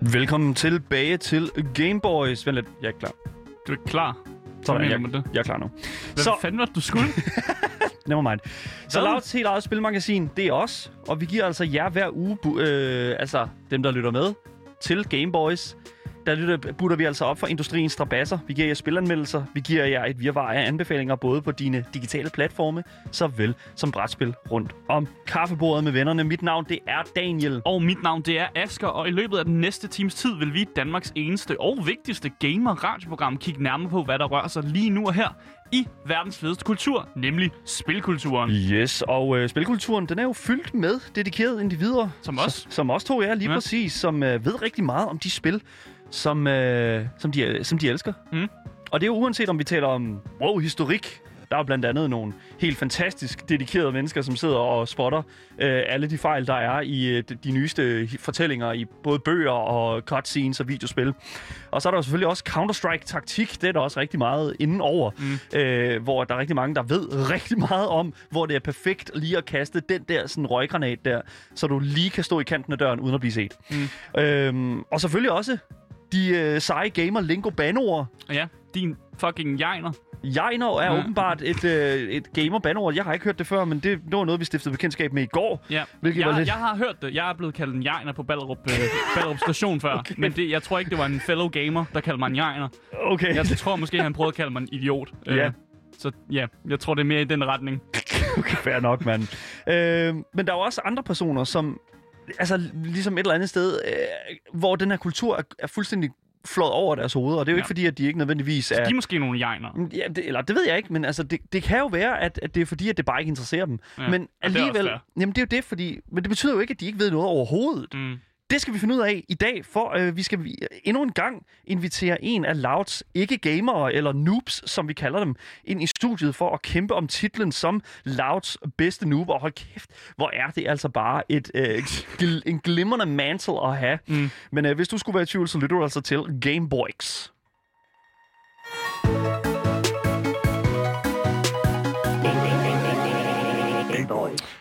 Velkommen tilbage til Gameboys. Vent lidt, jeg er ikke klar. Du er ikke klar. Så Hvad er mener jeg, du med det? jeg er klar nu. Hvad Så- så... fanden var det, du skulle? Nevermind. Så Hvad? Lavs helt eget spilmagasin, det er os. Og vi giver altså jer hver uge, bu- øh, altså dem, der lytter med, til Gameboys. Der lytter, butter vi altså op for industriens strabasser. Vi giver jer spilanmeldelser. Vi giver jer et virvar af anbefalinger, både på dine digitale platforme, såvel som brætspil rundt om kaffebordet med vennerne. Mit navn, det er Daniel. og mit navn, det er Asker, og i løbet af den næste times tid vil vi i Danmarks eneste og vigtigste gamer-radioprogram kigge nærmere på, hvad der rører sig lige nu og her i verdens fedeste kultur, nemlig spilkulturen. Yes, og øh, spilkulturen, den er jo fyldt med dedikerede individer. Som os. Så, som os to, ja, lige ja. Ja. præcis. Som øh, ved rigtig meget om de spil, som, øh, som, de, øh, som de elsker. Mm. Og det er jo uanset, om vi taler om wow, historik. Der er jo blandt andet nogle helt fantastisk dedikerede mennesker, som sidder og spotter øh, alle de fejl, der er i øh, de- de nyeste hi- fortællinger i både bøger og cutscenes og videospil. Og så er der jo selvfølgelig også Counter-Strike-taktik. Det er der også rigtig meget inden over, mm. øh, hvor der er rigtig mange, der ved rigtig meget om, hvor det er perfekt lige at kaste den der sådan, røggranat der, så du lige kan stå i kanten af døren uden at blive set. Mm. Øhm, og selvfølgelig også de øh, seje gamer Lingo Banord, Og ja, din fucking jegner. Jejner er Ja. åbenbart et, øh, et gamer-banord. Jeg har ikke hørt det før, men det, det var noget, vi stiftede bekendtskab med i går. Ja. Hvilket Jeg, var lidt- jeg har hørt det. Jeg er blevet kaldt en jegner på Ballerup, øh, Ballerup Station før, okay. men det, jeg tror ikke, det var en fellow gamer, der kaldte mig en jegner. Okay. Jeg tror måske, han prøvede at kalde mig en idiot. Øh, Ja. Så ja, jeg tror, det er mere i den retning. Okay, fair nok, mand. Øh, men der er jo også andre personer, som altså, ligesom et eller andet sted, øh, hvor den her kultur er, er fuldstændig flået over deres hoveder. Og det er jo ja. ikke Ja. fordi, at de ikke nødvendigvis De er... er måske nogle jegner. Ja, det, eller det ved jeg ikke, men altså, det, det kan jo være, at, at det er fordi, at det bare ikke interesserer dem. Ja, Ja, men og det er også alligevel... Det fair. jamen, det er jo det, fordi... Men det betyder jo ikke, at de ikke ved noget overhovedet. Mm. Det skal vi finde ud af i dag, for øh, vi skal vi- endnu en gang invitere en af Louds ikke-gamere, eller noobs, som vi kalder dem, ind i studiet for at kæmpe om titlen som Louds bedste noob. Og hold kæft, hvor er det altså bare et, øh, gl- en glimrende mantle at have. Mm. Men øh, hvis du skulle være i tvivl, så lytter du altså til Gameboys.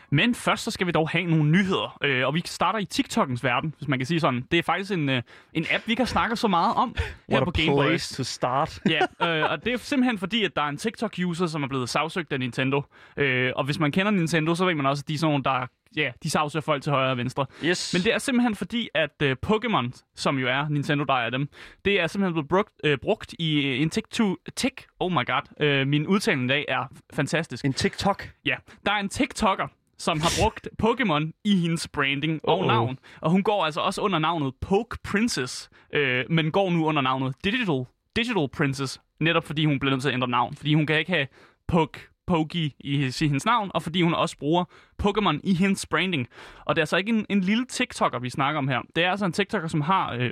Men først så skal vi dog have nogle nyheder, øh, og vi starter i TikTok'ens verden, hvis man kan sige sådan. Det er faktisk en, øh, en app, vi ikke har snakket så meget om her What på a Game Boys. place to start. Ja, øh, og det er simpelthen fordi, at der er en TikTok-user, som er blevet sagsøgt af Nintendo. Øh, og hvis man kender Nintendo, så ved man også, at de er sådan nogle, der ja, de sagsøger folk til højre og venstre. Yes. Men det er simpelthen fordi, at øh, Pokémon, som jo er Nintendo, der er dem, det er simpelthen blevet brugt, øh, brugt i øh, en TikTok... Tik, oh my god, øh, min udtale i dag er f- fantastisk. En TikTok. Ja, der er en TikToker, som har brugt Pokémon i hendes branding og Uh-oh. navn. Og hun går altså også under navnet Poke Princess, øh, men går nu under navnet Digital, Digital Princess, netop fordi hun bliver nødt til at ændre navn. Fordi hun kan ikke have Poke Pokey i hendes, i hendes navn, og fordi hun også bruger Pokémon i hendes branding. Og det er altså ikke en, en lille TikToker, vi snakker om her. Det er altså en TikToker, som har øh,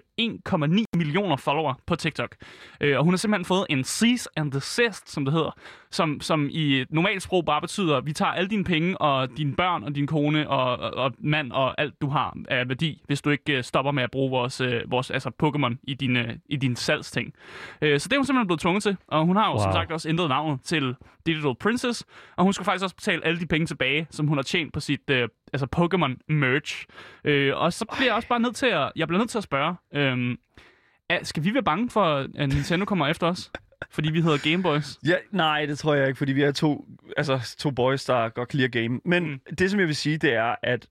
1,9 millioner follower på TikTok. Øh, og hun har simpelthen fået en cease and desist, som det hedder, som, som i normalt sprog bare betyder, vi tager alle dine penge og dine børn og din kone og, og, og mand og alt du har af værdi, hvis du ikke øh, stopper med at bruge vores, øh, vores altså Pokémon i dine, i dine salgsting. Øh, så det er hun simpelthen blevet tvunget til, og hun har jo wow. Wow. som sagt også ændret navnet til Digital Princess, og hun skal faktisk også betale alle de penge tilbage, som hun har tjent på sit øh, altså Pokémon-merch. Øh, og så bliver jeg også bare nødt til at, jeg bliver nødt til at spørge, øh, skal vi være bange for, at Nintendo kommer efter os? Fordi vi hedder Gameboys. Ja, nej, det tror jeg ikke, fordi vi er to, altså, to boys, der godt kan lide at game. Men mm. Mm. det, som jeg vil sige, det er, at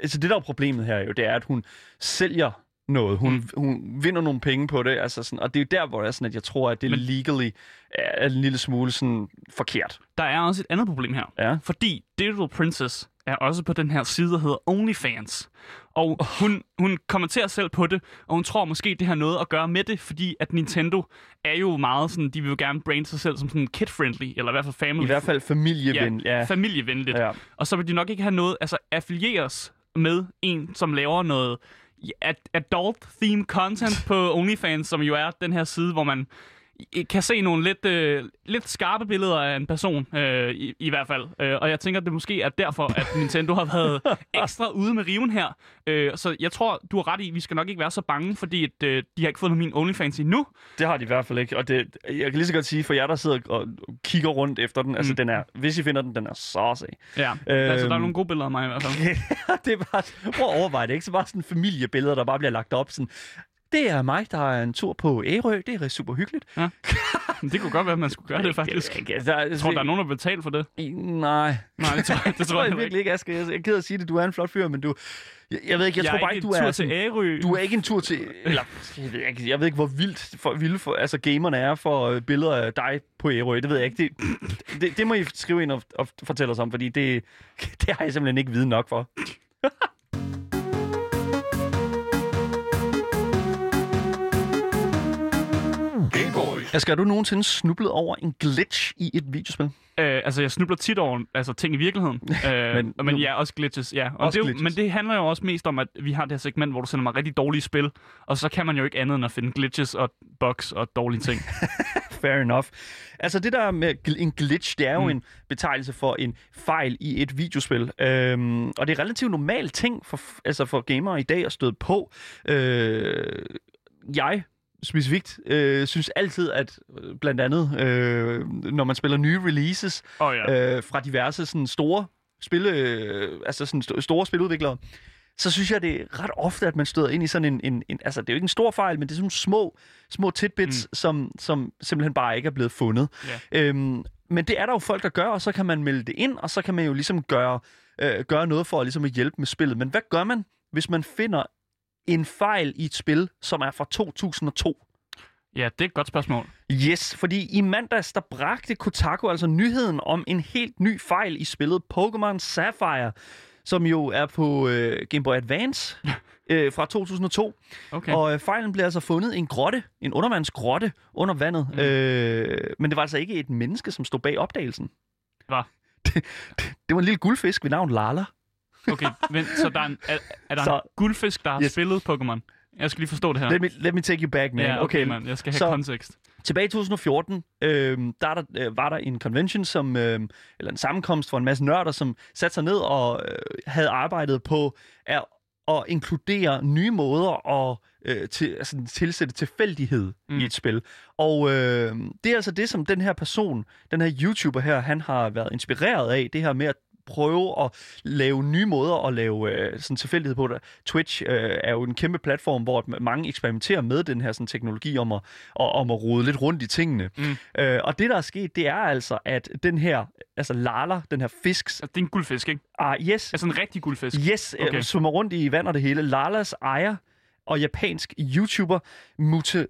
altså, det, der er problemet her jo, det er, at hun sælger noget. Hun, mm. hun vinder nogle penge på det, altså sådan, og det er jo der, hvor jeg, sådan, at jeg tror, at det Men... Men- legally er en lille smule sådan, forkert. Der er også et andet problem her. Ja. Fordi Digital Princess er også på den her side, der hedder OnlyFans. Og hun, hun kommenterer selv på det, og hun tror måske, det har noget at gøre med det, fordi at Nintendo er jo meget sådan, de vil jo gerne brande sig selv som sådan kid-friendly, eller i hvert fald family I hvert fald familieven. Mm. Ja, ja, familievenligt. Ja. Ja. Og så vil de nok ikke have noget, altså affilieres med en, som laver noget ad- adult-themed content på OnlyFans, som jo er den her side, hvor man I kan se nogle lidt, øh, lidt skarpe billeder af en person, øh, i, i hvert fald. Øh, og jeg tænker, at det måske er derfor, at Nintendo har været ekstra ude med riven her. Øh, så jeg tror, du har ret i, at vi skal nok ikke være så bange, fordi at, øh, de har ikke fundet min OnlyFans endnu. Det har de i hvert fald ikke. Og det, jeg kan lige så godt sige, for jer, der sidder og kigger rundt efter den, altså den er, hvis I finder den, den er saucy. Ja, øh, altså der er Øhm. nogle gode billeder af mig i hvert fald. det er bare, prøv at overveje det, ikke? Så bare sådan familiebilleder, der bare bliver lagt op sådan, det er mig, der er en tur på Ærø. Det er super hyggeligt. Men det kunne godt være, at man skulle gøre det faktisk. Jeg Jeg, jeg, jeg tror, der er nogen, der vil betale for det. nogen... altså, Nej, Nej, det tror, det det tror jeg heller ikke. virkelig ikke, Asger. Jeg jeg er ked af at sige det. Du er en flot fyr, men du... Jeg, jeg ved ikke, jeg, jeg tror bare ikke, du en er... tur til Sådan, Ærø. du er ikke en tur til... Eller, jeg ved ikke, jeg ved ikke hvor vildt for, vilde for, altså, gamerne er for øh, billeder af dig på Ærø. Det ved jeg ikke. Det, det, det må I skrive ind og, og fortælle os om, fordi det, det har jeg simpelthen ikke viden nok for. Asger, har du nogensinde snublet over en glitch i et videospil? Øh, altså, jeg snubler tit over altså, ting i virkeligheden. Øh, men, Men men nu- ja, også glitches. Ja. Og Også det er jo, glitches. Men det handler jo også mest om, at vi har det her segment, hvor du sender mig rigtig dårlige spil, og så kan man jo ikke andet end at finde glitches og bugs og dårlige ting. Fair enough. Altså det der med gl- en glitch, det er jo Mm. mm. en betegnelse for en fejl i et videospil. Øhm, og det er relativt normal ting for, f- altså for gamere i dag at støde på. Øh, jeg specifikt øh, synes altid, at øh, blandt andet, øh, når man spiller nye releases, Og ja, øh, øh, fra diverse sådan store spille, øh, altså sådan st- store spiludviklere, så synes jeg, det er ret ofte, at man støder ind i sådan en, en, en altså det er jo ikke en stor fejl, men det er sådan nogle små, små tidbits, mm. som, som simpelthen bare ikke er blevet fundet. Ja. Øhm, men det er der jo folk, der gør, og så kan man melde det ind, og så kan man jo ligesom gøre, øh, gøre noget for ligesom at hjælpe med spillet. Men hvad gør man, hvis man finder en fejl i et spil, som er fra 2002? ja, det er et godt spørgsmål. Yes, fordi i mandags, der bragte Kotaku altså nyheden om en helt ny fejl i spillet Pokémon Sapphire, som jo er på øh, Game Boy Advance øh, fra 2002. Okay. Okay. Og øh, fejlen blev altså fundet i en grotte, en undervandsgrotte under vandet. Mm. Øh, men det var altså ikke et menneske, som stod bag opdagelsen. Hva? Det, det, det var en lille guldfisk ved navn Lala. Okay, vent, så der er, en, er, er der så, en Så- guldfisk, der har yes. Yes. spillet Pokémon? Jeg skal lige forstå det her. Let me, let me take you back, man. ja, okay, man. Jeg skal have Så- kontekst. Tilbage i 2014, øh, der, er der øh, var der en convention, som, øh, eller en sammenkomst for en masse nørder, som satte sig ned og øh, havde arbejdet på at, at inkludere nye måder at øh, til, altså, tilsætte tilfældighed Mm. mm. i et spil. Og øh, det er altså det, som den her person, den her YouTuber her, han har været inspireret af, det her med at prøve at lave nye måder at lave øh, sådan tilfældighed på det. Twitch øh, er jo en kæmpe platform, hvor at mange eksperimenterer med den her sådan, teknologi om at, og, om at rode lidt rundt i tingene. Mm. Mm. Øh, og det, der er sket, det er altså, at den her altså Lala, den her fisk, Altså, det er en guldfisk, ikke? ah, yes, Altså en rigtig guldfisk. yes, okay. Okay. øh, svømmer rundt i vand og det hele. Lalas ejer og japansk YouTuber Mute...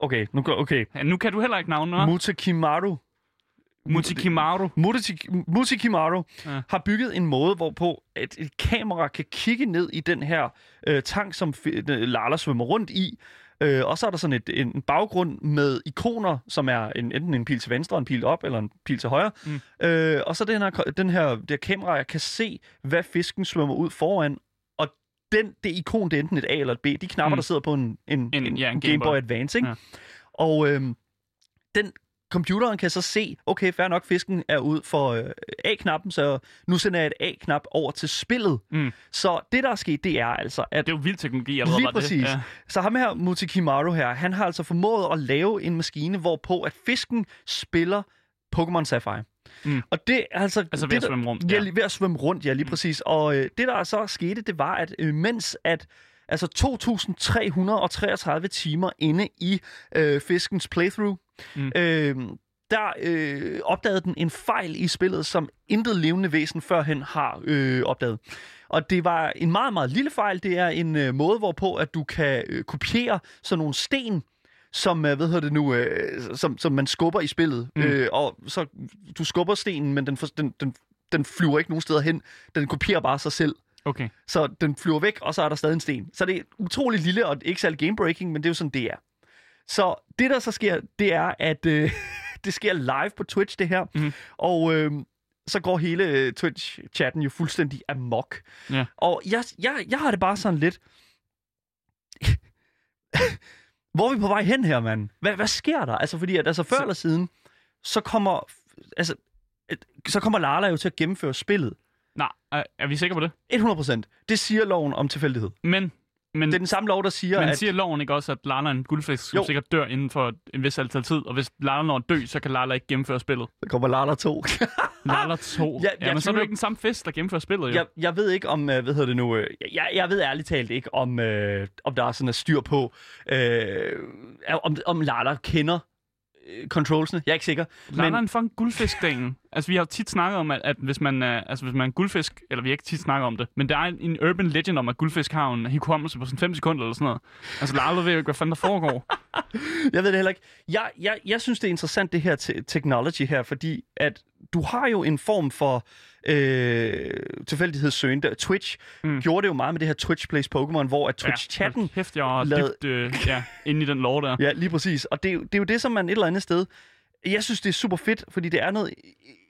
Okay, nu går... Okay. Ja, nu kan du heller ikke navne, hva'? Mute Kimaru. Mutikimaru. Mutiki- Mutikimaru Ja. ja. har bygget en måde, hvorpå et, et kamera kan kigge ned i den her øh, tank, som f- øh, Lala svømmer rundt i. Øh, og så er der sådan et, en baggrund med ikoner, som er en, enten en pil til venstre, en pil op eller en pil til højre. Mm. Øh, og så den her, ko- den her, det her kamera, jeg kan se, hvad fisken svømmer ud foran. Og den, det ikon, det er enten et A eller et B, de knapper, Mm. mm. der sidder på en, en, En- en, ja, en Game Game Boy Boy. Advance. Ikke? Ja. Ja. Og øhm, den computeren kan så se, okay, fair nok, fisken er ud for øh, A-knappen, så nu sender jeg et A-knap over til spillet. Mm. Så det, der er sket, det er altså, at Det er jo vild teknologi, allerede Lige bare præcis. Det. Ja. så ham her, Mutikimaru her, han har altså formået at lave en maskine, hvorpå at fisken spiller Pokémon Sapphire. Mm. Og det er altså... Altså ved det, at der- svømme rundt. Mm. Ja, lige ved at svømme rundt, ja, lige præcis. Og øh, det, der så skete, det var, at øh, mens at altså 2.333 timer inde i øh, fiskens playthrough, Mm. mm. øh, der øh, opdagede den en fejl i spillet, som intet levende væsen førhen har øh, opdaget. Og det var en meget, meget lille fejl. Det er en øh, måde, hvorpå at du kan øh, kopiere sådan nogle sten, som, øh, hvad hedder det nu, øh, som, som man skubber i spillet. Mm. Mm. Øh, og så du skubber stenen, men den, for- den, den, den flyver ikke nogen steder hen. Den kopierer bare sig selv. Okay. Så den flyver væk, og så er der stadig en sten. Så det er utroligt lille, og ikke særlig gamebreaking, men det er jo sådan, det er. Så det, der så sker, det er, at øh, det sker live på Twitch, det her. Mhm. Mm. Og øh, så går hele øh, Twitch-chatten jo fuldstændig amok. Ja. Og jeg, jeg, jeg har det bare sådan lidt... Hvor er vi på vej hen her, mand? Hvad, hvad sker der? Altså, fordi at, altså, før Så- eller siden, så kommer, altså, et- så kommer Lala jo til at gennemføre spillet. Nej, er, er vi sikre på det? 100 procent. Det siger loven om tilfældighed. Men, men, Det er den samme lov, der siger, men at... siger loven ikke også, at Lala er en guldfisk, som Jo. jo. sikkert dør inden for en vis antal tid, og hvis Lala når at dø, så kan Lala ikke gennemføre spillet. Der kommer Lala 2. Lala 2. Ah! Ja, ja, jeg ja, men så er det tvivler- jo ikke den samme fisk, der gennemfører spillet, jo. jeg, jeg ved ikke om, øh, hvad hedder det nu, øh, jeg, jeg ved ærligt talt ikke, om, øh, om der er sådan et styr på, øh, om, om Lala kender øh, controlsene. Jeg er ikke sikker. Lala er Men, en fucking guldfisk, Daniel. altså, vi har jo tit snakket om, at, at hvis, man, øh, altså, hvis man er en guldfisk, eller vi har ikke tit snakket om det, men der er en, en urban legend om, at guldfisk har en hukommelse på sådan 5 sekunder eller sådan noget. Altså, Lala ved jo ikke, hvad fanden der foregår. jeg ved det heller ikke. Jeg, jeg, jeg synes, det er interessant, det her te- technology her, fordi at du har jo en form for øh, tilfældighedssøgen. Der- Twitch mm. Mm. gjorde det jo meget med det her Twitch Plays Pokémon, hvor at Twitch-chatten Ja, hold kæft, jeg var lavede- dybt øh, ja, inde i den lore der. Ja, lige præcis. Og det, er jo- det er jo det, som man et eller andet sted... Jeg synes, det er super fedt, fordi det er noget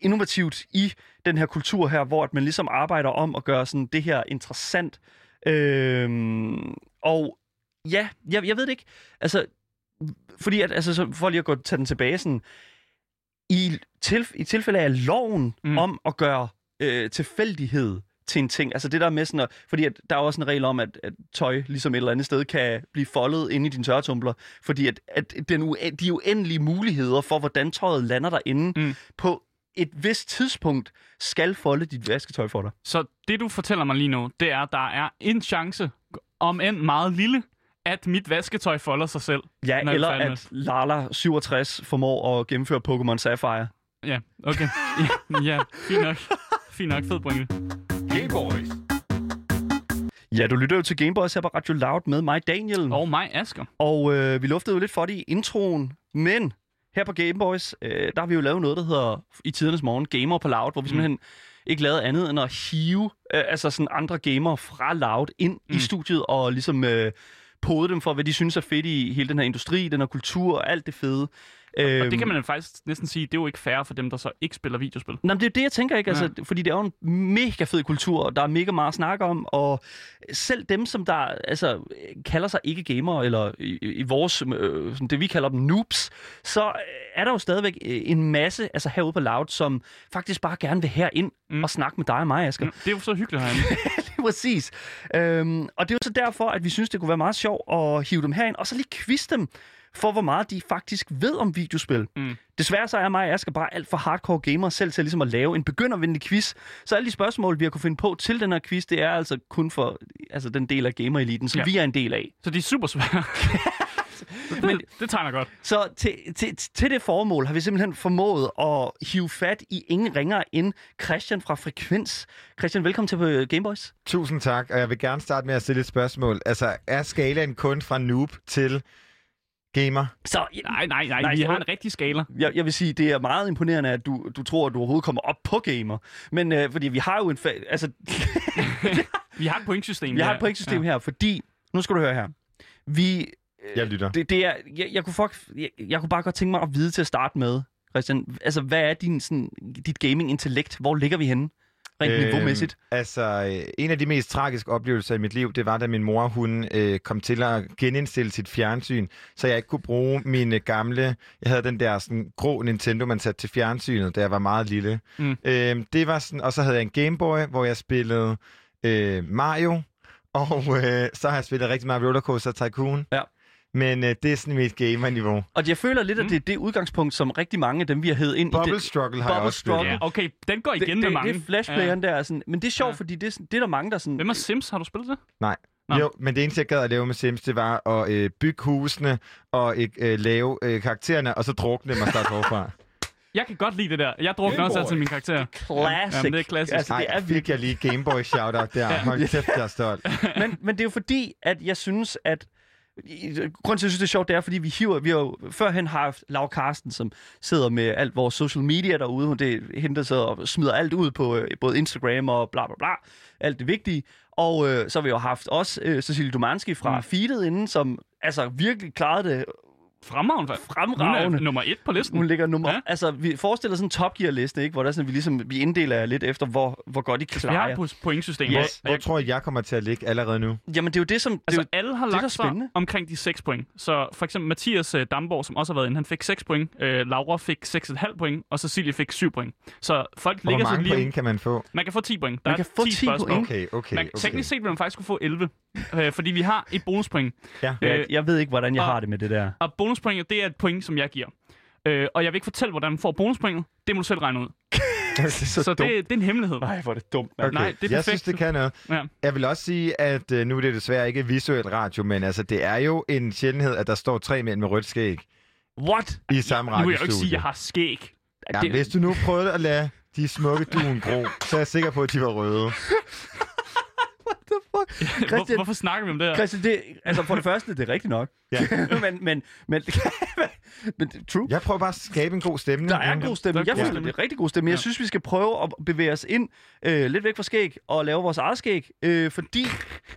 innovativt i den her kultur her, hvor at man ligesom arbejder om at gøre sådan det her interessant. Øhm, og ja, jeg, jeg ved det ikke. Altså, fordi at, altså, så for lige at gå, tage den tilbage, sådan, i, tilf- i tilfælde af loven mm. Mm. om at gøre øh, tilfældighed til en ting. Altså det der med sådan at, fordi at der er også en regel om, at, at tøj ligesom et eller andet sted kan blive foldet inde i din tørretumbler, fordi at, at den ue- de uendelige muligheder for, hvordan tøjet lander derinde, mm. Mm. på et vist tidspunkt skal folde dit vasketøj for dig. Så det, du fortæller mig lige nu, det er, at der er en chance, om end meget lille, at mit vasketøj folder sig selv. Ja, Nå, Nå, eller fandme. at Lala67 formår at gennemføre Pokémon Sapphire. Ja, okay. Ja, ja fint nok. Fint nok, fed pointe. Gameboys. Ja, du lytter jo til Gameboys her på Radio Loud med mig, Daniel. Og mig, Asger. Og øh, vi luftede jo lidt for det i introen, men her på Game Boys, øh, der har vi jo lavet noget, der hedder i tidernes morgen Gamer på Loud, Mm. hvor vi simpelthen ikke lavede andet end at hive øh, altså sådan andre gamere fra Loud ind mm. i Mm. studiet og ligesom øh, pode dem for, hvad de synes er fedt i hele den her industri, den her kultur og alt det fede. Øhm, Og det kan man jo faktisk næsten sige, det er jo ikke fair for dem, der så ikke spiller videospil. Nå, men det er jo det, jeg tænker, ikke? Altså, ja. Ja. Fordi det er jo en mega fed kultur, og der er mega meget at snakke om, og selv dem, som der altså, kalder sig ikke gamer eller i, i vores, øh, sådan det vi kalder dem noobs, så øh, er der jo stadigvæk øh, en masse altså herude på Loud, som faktisk bare gerne vil herind mm. Mm. og snakke med dig og mig, Asger. Mm, Det er jo så hyggeligt herinde. Mm. Præcis. Øhm, og det er jo så derfor, at vi synes, det kunne være meget sjovt at hive dem herind, og så lige quizte dem for, hvor meget de faktisk ved om videospil. Mm. Desværre så er mig og Asger bare alt for hardcore gamer selv til ligesom at lave en begyndervenlig quiz. Så alle de spørgsmål, vi har kunne finde på til den her quiz, det er altså kun for altså, den del af gamereliten, som ja. Ja. vi er en del af. Så de er super svære. Men det, det tegner godt. Så til, til, til det formål har vi simpelthen formået at hive fat i ingen ringere end Christian fra Frekvens. Christian, velkommen til på Gameboys. Tusind tak, og jeg vil gerne starte med at stille et spørgsmål. Altså, er skalaen kun fra noob til gamer? Så Nej, nej, nej. Nej, vi så- har en rigtig skala. jeg, jeg vil sige, det er meget imponerende, at du, du tror, at du overhovedet kommer op på gamer. Men øh, fordi vi har jo en... Fa- altså, Vi har et pointsystem. vi har et pointsystem her, fordi... Nu skal du høre her. Vi Jeg lytter. Det, det er, jeg, jeg, kunne fuck, jeg, jeg kunne bare godt tænke mig at vide til at starte med, Christian, altså hvad er din, sådan, dit gaming-intellekt? Hvor ligger vi henne? Rent øh, niveaumæssigt. Øhm, Altså, øh, en af de mest tragiske oplevelser i mit liv, det var, da min mor hun øh, kom til at genindstille sit fjernsyn, så jeg ikke kunne bruge mine gamle... Jeg havde den der sådan, grå Nintendo, man satte til fjernsynet, da jeg var meget lille. Mm. Øh, det var sådan, og så havde jeg en Game Boy, hvor jeg spillede øh, Mario, og øh, så har jeg spillet rigtig meget Rollercoaster Tycoon. Ja. Men øh, det er sådan mit gamer-niveau. Og jeg føler lidt, hmm. at det er det udgangspunkt, som rigtig mange af dem, vi har hed ind i Bubble det. Struggle har jeg Bubble også spillet. Struggle. Ja. Okay, den går igen Det, det, med det, mange. det er flashplayeren ja. der. er Sådan, men det er sjovt, ja. Ja. fordi det, er sådan- det er der mange, der sådan... Hvem er Sims? Har du spillet det? Nå. Jo, men det eneste, jeg gad at lave med Sims, det var at øh, bygge husene og øh, lave øh, karaktererne, og så drukne dem og starte forfra. Jeg kan godt lide det der. Jeg drukner også altid mine karakterer. Classic. Jamen, det er klassisk. Altså, Nej, det er virkelig. fik jeg lige Gameboy shout-out der. Hold kæft, jeg er stolt. men, men det er jo fordi, at jeg synes, at i- grunden til, at jeg synes, det er sjovt, det er, fordi vi hiver, vi har jo førhen har haft Lav Karsten, som sidder med alt vores social media derude, hun det henter sig og smider alt ud på øh, både Instagram og bla bla bla, alt det vigtige. Og øh, så har vi jo haft også øh, Cecilie Domanski fra mm. Mm. Feedet inden, som altså virkelig klarede det Fremragende. faktisk. Hun er Fremragende. nummer et på listen. Hun ligger nummer... Ja. Ja. Altså, vi forestiller sådan en Top Gear-liste, ikke? Hvor der er sådan, vi ligesom vi inddeler jer lidt efter, hvor, hvor godt I Vi har klarer et jer. po- pointsystem Ja. også. og Hvor jeg- tror I, jeg kommer til at ligge allerede nu? Jamen, det er jo det, som... Det Altså, er jo, alle har det er lagt da sig spændende. omkring de 6 point. Så for eksempel Mathias øh, Damborg, som også har været inde, han fik 6 point. Øh, Laura fik 6,5 point, og Cecilie fik 7 point. Så folk Hvor ligger sig mange lige... point kan man få? Man kan få 10 point. Der Man er kan få 10 spørgsmål. point. Okay, okay, Man, okay. teknisk set vil man faktisk kunne få 11, øh, fordi vi har et bonuspoint. Ja. jeg, jeg ved ikke, hvordan jeg Altså, og- har det med det der. Og bonuspointet, det er et point, som jeg giver. Øh, og jeg vil ikke fortælle, hvordan man får bonuspointet. Det må du selv regne ud. Det er så, Så dumt. det, det er en hemmelighed. Nej, hvor er det dumt, mand. Okay. Okay. nej, det er jeg perfekt. synes, det kan noget. Ja. Jeg vil også sige, at øh, nu er det desværre ikke visuel radio, men altså, det er jo en sjældenhed, at der står tre mænd med rødt skæg What? i samme Nu vil radiostudie. jeg jo ikke sige, at jeg har skæg. Ja, det... Hvis du nu prøvede at lade de smukke duen gro, så er jeg sikker på, at de var røde. What the fuck? Hvor, Christian, hvorfor snakker vi om det her? Christian, det, altså for det første, det er rigtigt nok. Ja. men, men, men, men, true. Jeg prøver bare at skabe en god stemning. Der er en god Der er stemning. Jeg god føler, det stemning. er rigtig god stemning. Jeg Ja. synes, vi skal prøve at bevæge os ind øh, lidt væk fra skæg og lave vores eget skæg, øh, fordi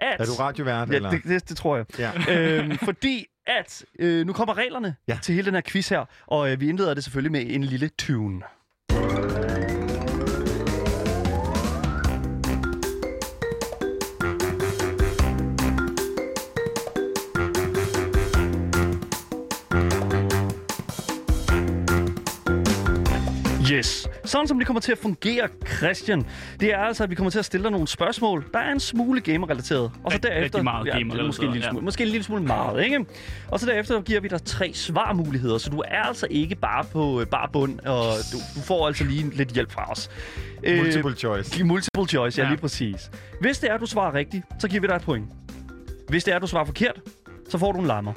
at... Er du radiovært, Ja, eller? det, det, det tror jeg. Ja. øhm, fordi at øh, nu kommer reglerne Ja. ja. til hele den her quiz her, og øh, vi indleder det selvfølgelig med en lille tune. Yes. Sådan som det kommer til at fungere, Christian, det er altså, at vi kommer til at stille dig nogle spørgsmål, der er en smule gamer-relateret. Og så Rigtig, derefter... rigtig meget det er måske en lille gamer-relateret, smule. Måske en lille smule meget, ikke? Og så derefter giver vi dig tre svarmuligheder, så du er altså ikke bare på øh, bar bund, og du, du får altså lige lidt hjælp fra os. Øh, Multiple choice. de Multiple choice, ja, Ja. ja, lige præcis. Hvis det er, du svarer rigtigt, så giver vi dig et point. Hvis det er, du svarer forkert, så får du en lammer.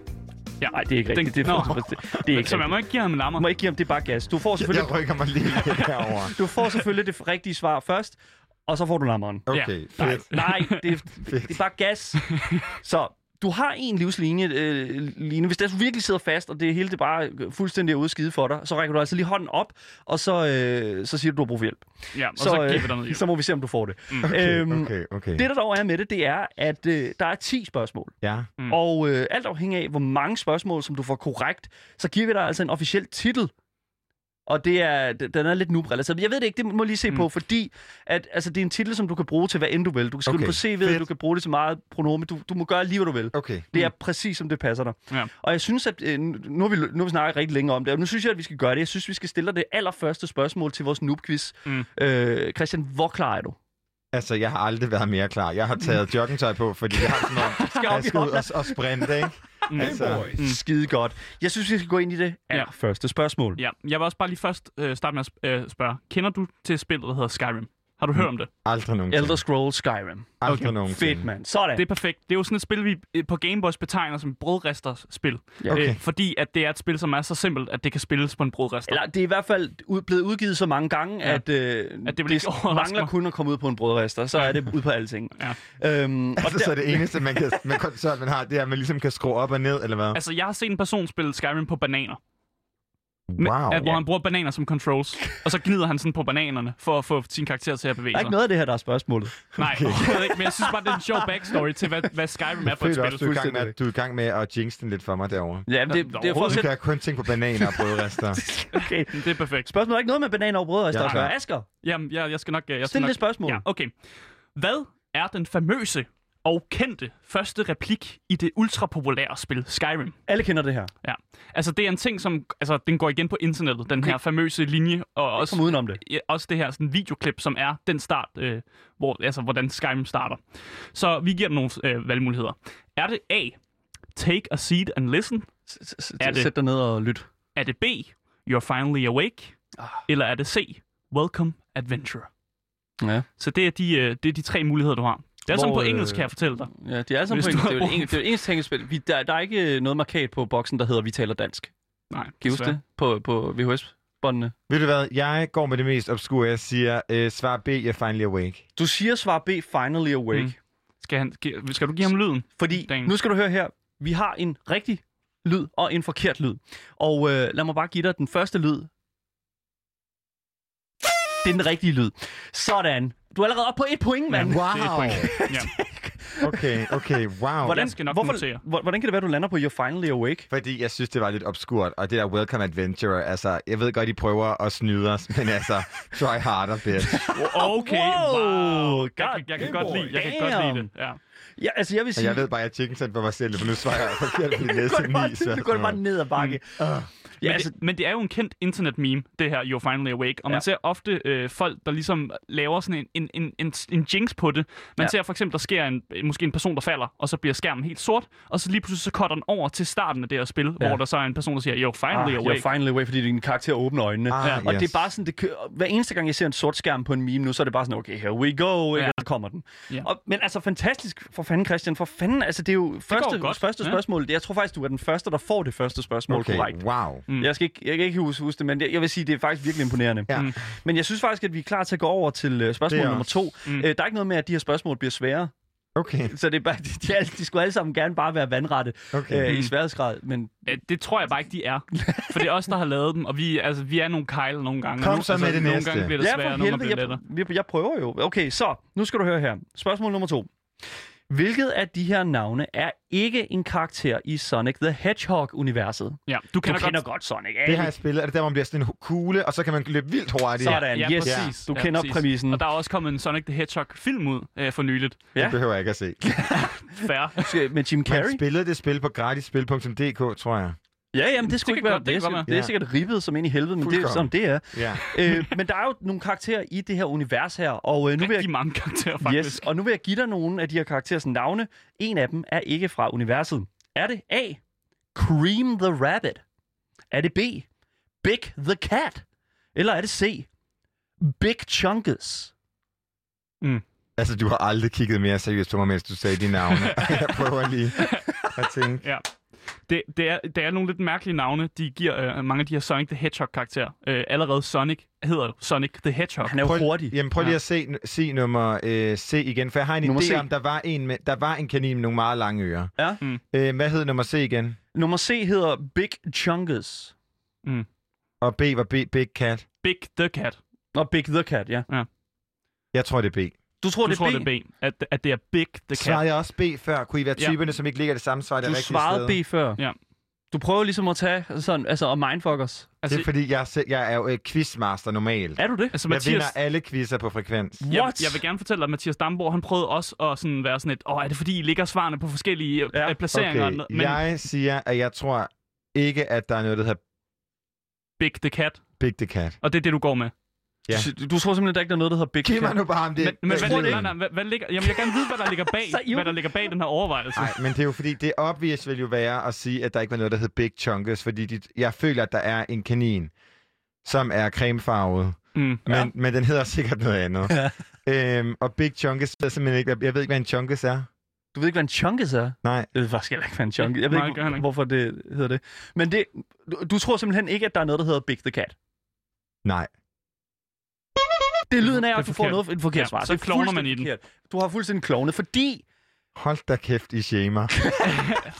Ja. Nej, det er ikke Den- rigtigt. Det er, Nå. faktisk- det, det er ikke Så man rigtigt. må ikke give ham en lammer. Du må ikke give ham det er bare gas. Du får selvfølgelig, Jeg rykker mig lige herover. du får selvfølgelig det rigtige svar først, og så får du lammeren. Okay, Ja. fedt. Nej, det, er- det er bare gas. Så du har en livslinje, øh, Line. Hvis det er, du virkelig sidder fast, og det hele det bare fuldstændig er ude skide for dig, så rækker du altså lige hånden op, og så, øh, så siger du, du har brug for hjælp. Ja, og så, så giver vi dig noget øh, hjælp. så må vi se, om du får det. Mm. Okay, okay, okay. Det, der dog er med det, det er, at øh, der er 10 spørgsmål. Ja. Mm. Mm. Og øh, alt afhængig af, hvor mange spørgsmål, som du får korrekt, så giver vi dig altså en officiel titel. Og det er, d- den er lidt noob-relateret. Men jeg ved det ikke, det må jeg lige se Mm. mm. på, fordi at, altså, det er en titel, som du kan bruge til hvad end du vil. Du kan skrive Okay, den på CV'et, fedt. du kan bruge det til meget pronomen, du, du må gøre lige, hvad du vil. Okay. Det er præcis, som det passer dig. Ja. Og jeg synes, at øh, nu- nu har, vi, nu har vi snakket rigtig længe om det, og nu synes jeg, at vi skal gøre det. Jeg synes, vi skal stille dig det allerførste spørgsmål til vores noob-quiz. Mm. Øh, Christian, hvor klarer du? Altså, jeg har aldrig været mere klar. Jeg har taget joggingtøj på, fordi jeg har sådan noget, op jeg i skal ud hånden. og, og sprinte, ikke? Mm. Altså, Mm. Skide godt. Jeg synes, vi skal gå ind i det Ja. allerførste spørgsmål. Ja, jeg vil også bare lige først øh, starte med at sp- øh, spørge. Kender du til spillet, der hedder Skyrim? Har du hørt om det? aldrig nogensinde. Elder Scrolls Skyrim. Aldrig Okay, nogensinde. Fedt, mand. Sådan. Det er perfekt. Det er jo sådan et spil, vi øh, på Gameboys betegner som brødresters-spil. Ja. Okay. fordi at det er et spil, som er så simpelt, at det kan spilles på en brødrester. Eller det er i hvert fald ud, blevet udgivet så mange gange, Ja. ja. at, øh, At det at vil det, ikke det overraske mangler mig. kun at komme ud på en brødrester. Så er det ud på alting. Ja. Øhm, og Altså, der, så det eneste, man kan, man, kan, så man har, det er, at man ligesom kan skrue op og ned, eller hvad? Altså, jeg har set en person spille Skyrim på bananer. Men- Wow. At, hvor han bruger bananer som controls. Og så gnider han sådan på bananerne, for at få sin karakter til at bevæge der er sig. ikke noget af det her, der er spørgsmålet. Nej, overhovedet ikke. Men jeg synes bare, det er en sjov backstory til, hvad, hvad Skyrim er for et Føler spil. også, du er, i gang med, fuldstændig. du er i gang med at jinx den lidt for mig derovre. Ja, men det, det er for Og at så kan sætte... jeg kun tænke på bananer og brødrester. Okay. Det er perfekt. Spørgsmålet er ikke noget med bananer og brødrester. Ja, Ja, klar. Asger, Jamen, jeg, jeg skal nok... øh, Jeg skal stil nok... det spørgsmål. Ja, okay. Hvad er den famøse og kendte første replik i det ultrapopulære spil Skyrim? Alle kender det her. Ja. Altså, det er en ting, som... Altså, den går igen på internettet, den her famøse linje, og Kom også, udenom det. ja, også det her sådan, videoklip, som er den start, øh, hvor, altså, hvordan Skyrim starter. Så vi giver den nogle øh, valgmuligheder. Er det A, take a seat and listen? S- s- Er det- Sæt dig ned og lyt. Er det B, you're finally awake? Ah. Eller er det C, welcome adventure? Ja. Så det er de, øh, det er de tre muligheder, du har. Det er sådan Hvor, på øh, engelsk, kan jeg fortælle dig. Ja, det er sådan Hvis på du engelsk. Det er jo det har brug engelske, det er jo det engelske tænkespil. Vi, der, der er ikke øh, noget markat på boksen, der hedder Vi taler dansk. Nej, Kan I huske desværre. det? På, på VHS-båndene. Ved du hvad, jeg går med det mest obskure, jeg siger, øh, svar B, jeg er finally awake. Du siger svar B, finally awake. Mm. Skal, han, gi- skal du give ham lyden? Fordi Dagen. nu skal du høre her, vi har en rigtig lyd og en forkert lyd. Og øh, lad mig bare give dig den første lyd. Det er den rigtige lyd. Sådan. Du er allerede oppe på et point, mand. Det er et point. Ja. Okay, okay, wow. Hvordan- Jeg skal nok notere. hvorfor, hvor- hvordan kan det være, du lander på You're Finally Awake? Fordi jeg synes, det var lidt obskurt, og det der Welcome Adventure, altså, jeg ved godt, I prøver at snyde os, men altså, try harder, bitch. Okay, Wow, wow. God Jeg, kan- jeg damn kan godt lide, jeg kan godt lide det. Ja. Ja, altså, jeg vil Og sige... jeg ved bare, at jeg chicken sent for mig selv, for nu svarer jeg forkert på de går næste det bare, ni det går det bare spørgsmål. ned ad bakke. Mm. Ja, Men, altså, det, men det er jo en kendt internet-meme, det her You're Finally Awake. Og man Ja. ja. ser ofte øh, folk, der ligesom laver sådan en, en, en, en, en jinx på det. Man Ja. ja. ser for eksempel, der sker en, måske en person, der falder, og så bliver skærmen helt sort. Og så lige pludselig så cutter den over til starten af det her spil, Ja. ja. hvor der så er en person, der siger, You're Ah, Finally ah, Awake. You're finally awake, fordi din karakter åbner øjnene. Ah, ja. Og yes. det er bare sådan, det kø- og hver eneste gang, jeg ser en sort skærm på en meme nu, så er det bare sådan, okay, here we go, ikke? Ja. og så kommer den. Ja. Og, men altså, fantastisk for fanden, Christian, for fanden, altså det er jo første, godt. første Ja. spørgsmål. Jeg tror faktisk, du er den første, der får det første spørgsmål korrekt. Okay, wow. Mm. Jeg, skal ikke, jeg kan ikke huske, huske det, men jeg, jeg vil sige, det er faktisk virkelig imponerende. Ja. Mm. Men jeg synes faktisk, at vi er klar til at gå over til øh, spørgsmål Det er nummer to. Mm. Øh, der er ikke noget med, at de her spørgsmål bliver sværere. Okay, Så det er bare, de, de, alle- de skulle alle sammen gerne bare være vandrette Okay. øh, i sværhedsgrad. Men Ja, Øh, det tror jeg bare ikke, de er. For det er os, der har lavet dem, og vi, altså, vi er nogle kejler nogle gange. Kom Nogle- så altså, med det Nogle næste. gange bliver det sværere, nogle gange bliver det jeg, lettere. jeg, jeg prøver jo. Okay, så nu skal du høre her. Spørgsmål nummer to. Hvilket af de her navne er ikke en karakter i Sonic the Hedgehog-universet? Ja, du Du kender, kender godt. godt Sonic, det ikke? har jeg spillet. Er det der, hvor man bliver sådan en kugle, og så kan man løbe vildt hurtigt? Sådan, Ja, yes. præcis. Du ja, kender præcis. præmissen. Og der er også kommet en Sonic the Hedgehog-film ud øh, for nyligt. Ja. Det behøver jeg ikke at se. Færre. Skal- Med Jim Man Carrey? spillede det spil på gratisspil.dk, tror jeg. Ja, jamen, det skulle Det ikke kan være. godt- det det, kan er, sikkert- godt det er være. sikkert ribbet som ind i helvede, men det er Fuldkommen. sådan, det er. Ja. øh, men der er jo nogle karakterer i det her univers her, og øh, nu vil jeg Rigtig mange karakterer, faktisk. Yes, og nu vil jeg give dig nogle af de her karakterers navne. En af dem er ikke fra universet. Er det A. Cream the Rabbit? Er det B. Big the Cat? Eller er det C. Big Chunkus? Altså, du har aldrig kigget mere seriøst på mig, mens du sagde dine navne. jeg prøver lige at tænke. Ja. Det, det, er, det er nogle lidt mærkelige navne, de giver øh, mange af de her Sonic the Hedgehog-karakterer. Øh, allerede Sonic hedder jo Sonic the Hedgehog. Han er jo Prøv, hurtig. Jamen, prøv lige at se, se nummer øh, C igen, for jeg har en Nummer idé C. om, der var en, med, der var en kanin med nogle meget lange ører. Ja. Mm. Øh, hvad hed nummer C igen? Nummer C hedder Big Chunkus. Og B var B, Big Cat. Big the Cat. Og Big the Cat, ja. Jeg tror, det er B. Du tror, Du det er tror, B? det er B. At, at det er Big the Cat. Svarede jeg også B før? Kunne I være Ja. typerne, som ikke ligger det samme svar det Du rigtige svarede sted? B før. Ja. Du prøver ligesom at tage sådan, altså, og mindfuck os. Det Altså, er fordi, jeg, er selv- jeg er jo øh, quizmaster normalt. Er du det? altså Jeg Mathias, vinder alle quizzer på frekvens. jeg, What? jeg vil gerne fortælle dig, at Mathias Damborg, han prøvede også at sådan være sådan et, åh, er det fordi, I ligger svarene på forskellige Ja, ja, placeringer? og Okay, noget?" Men jeg siger, at jeg tror ikke, at der er noget, der hedder Big the Cat, Big the Cat. og det er det, du går med. Ja. Du, du tror simpelthen, der ikke er noget, der hedder Big Giv Cat. mig nu bare ham det. Men, men det- hvad, ligger, nej, hvad, hvad ligger, jamen, jeg vil gerne vide, hvad der ligger Så bag, ivrig. hvad der ligger bag den her overvejelse. Nej, men det er jo fordi, det obvious vil jo være at sige, at der ikke var noget, der hed Big Chunkus, fordi de, jeg føler, at der er en kanin, som er cremefarvet, Mm. men, ja. men den hedder sikkert noget andet. Ja. Øhm, og Big Chunkus, jeg, simpelthen ikke, jeg ved ikke, hvad en chunkus er. Du ved ikke, hvad en chunkus er? Nej. Jeg ved faktisk heller ikke, hvad en chunk. Ja, Jeg ved nej, ikke, gør han ikke. hvorfor det hedder det. Men det, du, du tror simpelthen ikke, at der er noget, der hedder Big the Cat. Nej. Det er lyden af, Det er at du får forkert. noget et forkert Ja, svar. så Det er klovner man fuldstændig i den. Forkert. Du har fuldstændig klovne, fordi... Hold da kæft, I shamer.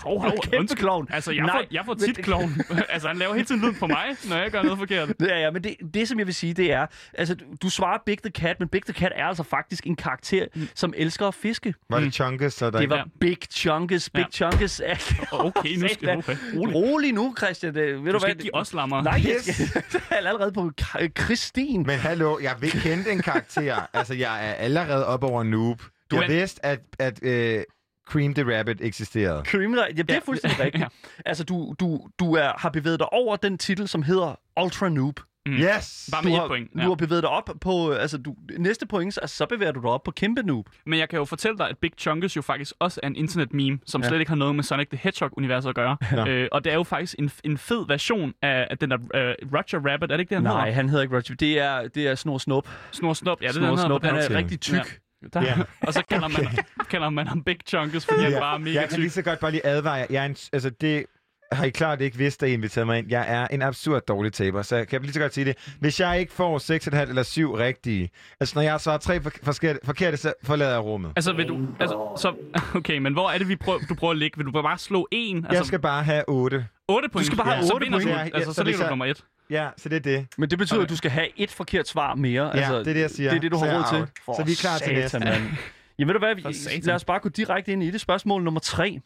Hov, hov, Kæmpe undskyld. klovn. Altså, jeg, Nej, får, jeg får men tit det- klovn. altså, han laver hele tiden lyd på mig, når jeg gør noget forkert. Ja, ja, men det, det, som jeg vil sige, det er... Altså, du- du svarer Big the Cat, men Big the Cat er altså faktisk en karakter, som elsker at fiske. Var det Chunkus, så er der Det var Mm. Ja. Big Chunkus. Big Ja. Chunkus er... Okay, nu skal du... Okay. Rolig. Rolig nu, Christian. Øh, Ved du, Du hvad? skal ikke give os lammer. Nej, jeg skal... jeg er allerede på Ka- Kristin. Men hallo, jeg vil kende en karakter. altså, jeg er allerede op over noob. Du jeg Men- vidste, at, at øh, Cream the Rabbit eksisterede. Mm. Cream Ri- ja, det er Ja. fuldstændig rigtigt. Ja. Altså, du, du, du er, har bevæget dig over den titel, som hedder Ultra Noob. Mm. Yes! Bare Du med har, et point. du har Ja. bevæget dig op på... øh, Altså, du, næste point, altså, så bevæger du dig op på Kæmpe Noob. Men jeg kan jo fortælle dig, at Big Chunkus jo faktisk også er en internet-meme, som Ja. slet ikke har noget med Sonic the Hedgehog-universet at gøre. Nå. Øh, og det er jo faktisk en, en fed version af, af den der øh, Roger Rabbit. Er det ikke det, han Nej, hedder? han hedder ikke Roger. Det er, det er Snor Snop. Snor Snop. Ja, det er Snor det, han hedder. Snop, på han er dansk. rigtig tyk. Der. Ja. Og så kalder man, kalder man ham Big Chunkus, fordi han Ja, bare er mega jeg kan tyk. lige så godt bare lige advare jer. Jeg er en, altså det har I klart ikke vidst, da I inviterede mig ind. Jeg er en absurd dårlig taber, så jeg kan lige så godt sige det. Hvis jeg ikke får 6,5 eller 7 rigtige, altså når jeg svarer tre for, forkerte, forkerte, så forlader jeg rummet. Altså, vil du... Altså, så, okay, men hvor er det, vi prøver, du prøver at ligge? Vil du bare slå en? Altså, Jeg skal bare have 8. 8 point. skal bare have så otte vinder du. point. Ja, ja, Altså, så så hvis ligger du jeg- nummer et. Ja, så det er det. Men det betyder, Okay. at du skal have et forkert svar mere. Ja, altså, det er det, jeg siger. Det er det, du Så har er råd jeg til. out. Så vi er klar til satan, næste. mand. Jamen ved du hvad, For vi, satan. lad os bare gå direkte ind i det. Spørgsmål nummer tre.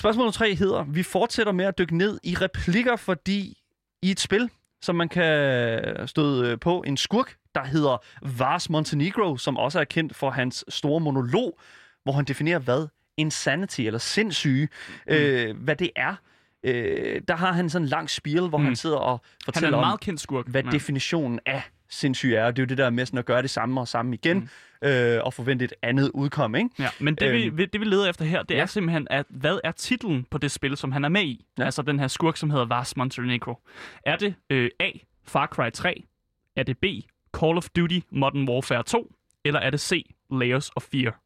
Spørgsmål nummer tre hedder, vi fortsætter med at dykke ned i replikker, fordi i et spil, som man kan støde øh, på, en skurk, der hedder Vars Montenegro, som også er kendt for hans store monolog, hvor han definerer, hvad insanity eller sindssyge, Mm. øh, hvad det er. Øh, der har han sådan en lang spil, hvor mm. Mm. han sidder og Han er fortæller en om, meget kendt skurk. hvad ja. men- definitionen af sindssyg er, og det er jo det der med sådan at gøre det samme og samme igen, mm. øh, og forvente et andet udkom, ikke? Ja, men det, vi, Øhm. vi- det vi leder efter her, det Ja. ja. er simpelthen, at hvad er titlen på det spil, som han er med i? Ja. Ja. Altså den her skurk, som hedder Vars Montenegro. Er det øh, A. Far Cry 3? Er det B. Call of Duty Modern Warfare 2? Eller er det C. Layers of Fear?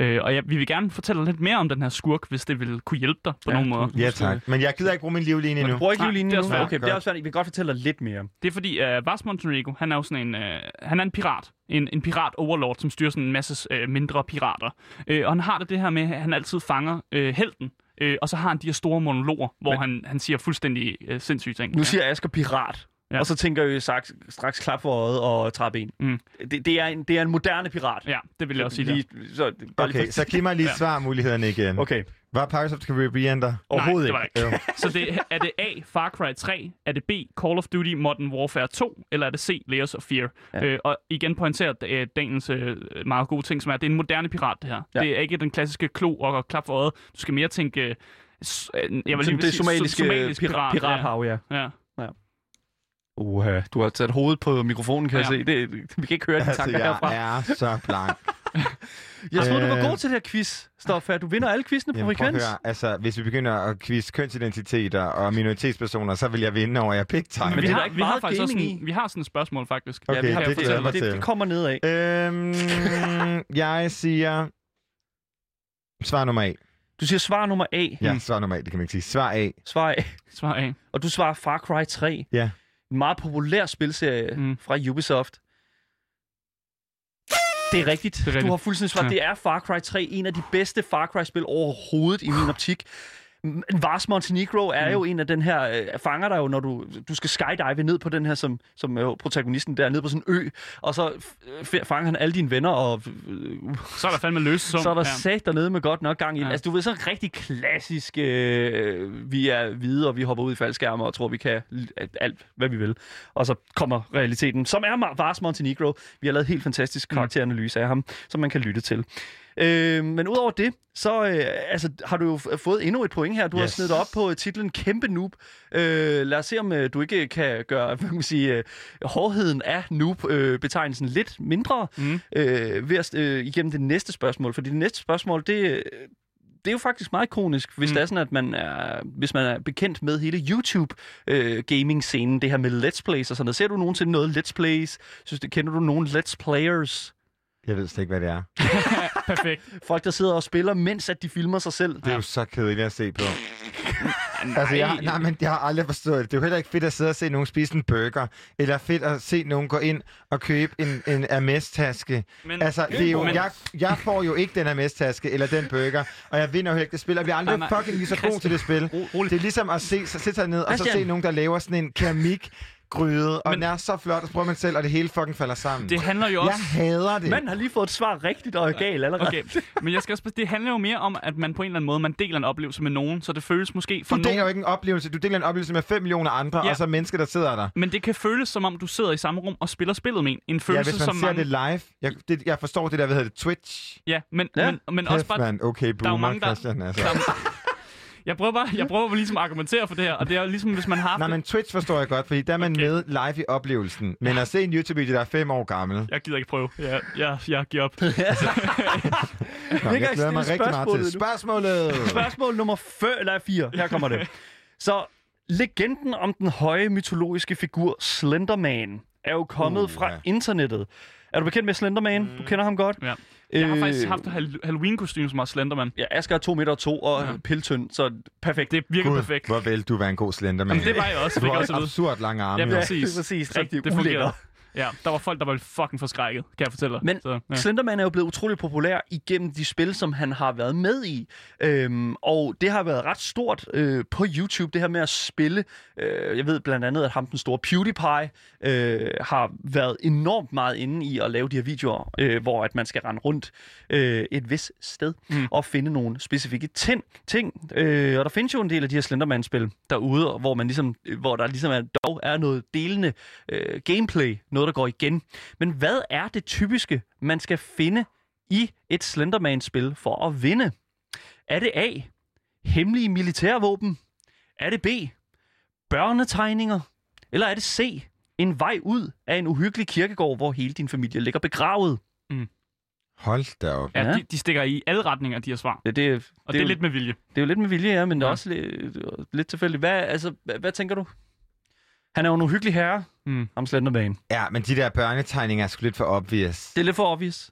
Øh, og ja, vi vil gerne fortælle lidt mere om den her skurk, hvis det vil kunne hjælpe dig på Ja, ja, nogen måde. Ja, tak. Men jeg gider ikke bruge min livline Men du endnu. bruger ikke Nej, livlinjen det er nu? også fair. Okay, det er også svært. Vi kan godt fortælle dig lidt mere. Det er fordi, uh, Vars Montenegro, han er jo sådan en, uh, han er en pirat. En, en pirat-overlord, som styrer sådan en masse uh, mindre pirater. Uh, og han har det, det her med, at han altid fanger uh, helten. Uh, og så har han de her store monologer, hvor Men- han, han siger fuldstændig uh, sindssyge ting. Nu siger Asger pirat, ja. Ja. og så tænker jeg straks, straks klap for øjet og træben. Mm. Det, det, er en, det er en moderne pirat. ja. ja, det vil jeg også sige. der. Lige, så, bare lige Okay, for- så giv mig lige Ja. svarmulighederne igen. Okay, Var Pirates of the Caribbean der? overhovedet Nej, ikke. det var Jo. det ikke. så det, er det A, Far Cry 3? Er det B, Call of Duty Modern Warfare 2? Eller er det C, Layers of Fear? Ja. Ja. Øh, og igen pointerer øh, Daniels øh, meget gode ting, som er, at det er en moderne pirat, det her. Ja. Ja. Det er ikke den klassiske klo og klap for øjet. Du skal mere tænke... Øh, s- øh, jeg vil Som lige sige, det so- somaliske somalisk pirat, pirathav, ja. Ja. ja. Uha, du har sat hovedet på mikrofonen, kan ja. jeg Ja. se. Det, vi kan ikke høre dine Altså, tanker herfra. jeg er så blank. Jeg troede, du var Øh. god til det her quiz, Stoffer. Du vinder alle quizene på Jamen, prøv at frekvens. høre, altså, hvis vi begynder at quizze kønsidentiteter og minoritetspersoner, så vil jeg vinde over jer big time. Men Men vi, det er der har, ikke vi har meget faktisk også gaming sådan, i. vi har sådan et spørgsmål, faktisk. Okay, ja, vi har det fortæller glæder jeg mig det, det til. Øh. kommer nedad. Øhm, jeg siger... Svar nummer A. Du siger svar nummer A. Ja, svar nummer A, det kan man ikke sige. Svar A. Svar A. Svar A. Og du svarer Far Cry 3. Ja. En meget populær spilserie mm. Mm. fra Ubisoft. Det er rigtigt. Det er rigtigt. rigtigt. Du har fuldstændig svaret. Ja. Ja. Det er Far Cry 3, en af de bedste Far Cry-spil overhovedet i min optik. Men Vars Montenegro er mm. jo en af den her øh, fanger der jo når du du skal skydive ned på den her som som øh, protagonisten der nede på sådan en ø og så f- f- fanger han alle dine venner og øh, Så er der fandme løs sum. så er der ja. sat dernede med godt nok gang i. Ja. Ja. Altså, du ved, sådan rigtig klassisk, øh, vi er hvide, og vi hopper ud i faldskærme og tror, vi kan l- alt, hvad vi vil. Og så kommer realiteten, som er Mar- Vars Montenegro. Vi har lavet helt fantastisk karakteranalyse af ham, som man kan lytte til. Øh, men udover det, så øh, altså, har du jo f- fået endnu et point her. Du yes. har Yes. snedet dig op på øh, titlen Kæmpe Noob. Øh, lad os se, om øh, du ikke kan gøre hvad kan man sige, øh, hårdheden af noob-betegnelsen lidt mindre Mm. øh, ved at, øh, igennem det næste spørgsmål. Fordi det næste spørgsmål, det, øh, det er jo faktisk meget ikonisk, hvis mm. Mm. det er sådan, at man er, hvis man er bekendt med hele YouTube-gaming-scenen, det her med Let's Plays og sådan noget. Ser du nogensinde noget Let's Plays? Synes, det, kender du nogen Let's Players? Jeg ved slet ikke, hvad det er. Perfekt. Folk, der sidder og spiller, mens at de filmer sig selv. Det er jo så kedeligt at se på. Altså, jeg, nej, men jeg har aldrig forstået det. Det er jo heller ikke fedt at sidde og se nogen spise en burger, eller fedt at se nogen gå ind og købe en, en Hermes-taske. Men- Altså, det er jo, Men- jeg, jeg får jo ikke den Hermes-taske eller den burger, og jeg vinder jo heller ikke det spil, og jeg bliver aldrig Nej, nej. fucking lige så god til det spil. rolig. Det er ligesom at se, så sætte sig ned, og så Christian. se nogen, der laver sådan en keramik gryde, og Men- den er så flot, og så prøver man selv, og det hele fucking falder sammen. Det handler jo også... Jeg hader det. Manden har lige fået et svar rigtigt og er gal allerede. Okay, men jeg skal også, det handler jo mere om, at man på en eller anden måde, man deler en oplevelse med nogen, så det føles måske for Du deler nogen, jo ikke en oplevelse. Du deler en oplevelse med 5 millioner andre, Ja. og så mennesker, der sidder der. men det kan føles som om, du sidder i samme rum og spiller spillet med en. En Ja, følelse, hvis man som ser mange... det live. Jeg, det, jeg forstår det der, hvad hedder det, Twitch. Ja, men, Ja. ja. men, men også Kæft, bare... mand. Okay, jo boomer, mange, der- Christian. Altså. Jeg prøver bare, jeg prøver bare ligesom at argumentere for det her, og det er jo ligesom, hvis man har... haft Nej, et- men Twitch forstår jeg godt, fordi der er man okay. Okay. med live i oplevelsen. Men at se en YouTube-video, der er fem år gammel, Nå, Jeg gider ikke prøve. Jeg, jeg, jeg giver op. engang jeg glæder mig stille rigtig meget til spørgsmålet. Spørgsmål nummer 4, eller 4. Her kommer det. Så legenden om den høje mytologiske figur Slenderman er jo kommet uh, Uh, fra ja. internettet. Er du bekendt med Slenderman? Mm. Du kender ham godt. Ja. Jeg har faktisk Øh, haft et hall- Halloween-kostume, som var Slenderman. Ja, Asger er 2 meter og 2 og ja. piltynd, så perfekt. Det virker Gud, perfekt. hvor vil du være en god slender, mand. Jamen, det var jeg også, Du fik jeg har også også at vide. absurd lange arme. Ja, jo. det er præcis. Rigtig, Rigtig det fungerer. ulækkert. Ja, der var folk, der var fucking forskrækket, kan jeg fortælle dig. Men- så, ja. Ja. Slenderman er jo blevet utrolig populær igennem de spil, som han har været med i. Øhm, og det har været ret stort øh, på YouTube, det her med at spille. Øh, jeg ved blandt andet, at ham, den store PewDiePie, øh, har været enormt meget inde i at lave de her videoer, øh, hvor at man skal rende rundt øh, et vis sted mm. og finde nogle specifikke ting. ting. Øh, og der findes jo en del af de her Slenderman-spil derude, hvor, man ligesom, øh, hvor der ligesom er, dog er noget delende øh, gameplay, noget, der går igen. Men hvad er det typiske, man skal finde i et Slenderman-spil for at vinde? Er det A. Hemmelige militærvåben? Er det B. Børnetegninger? Eller er det C. En vej ud af en uhyggelig kirkegård, hvor hele din familie ligger begravet? Hold da op. Ja, Ja. De, de stikker i alle retninger, de her svar. Ja, det, er- det, Og det, det er lidt med vilje. det er jo lidt med vilje, ja, men ja. det er Ja. også lidt, øh, lidt tilfældigt. Hvad, altså, hvad, hvad tænker du? Han er jo en uhyggelig herre, Mm. ham Slenderman. Ja, men de der børnetegninger er sgu lidt for obvious. Det er lidt for obvious.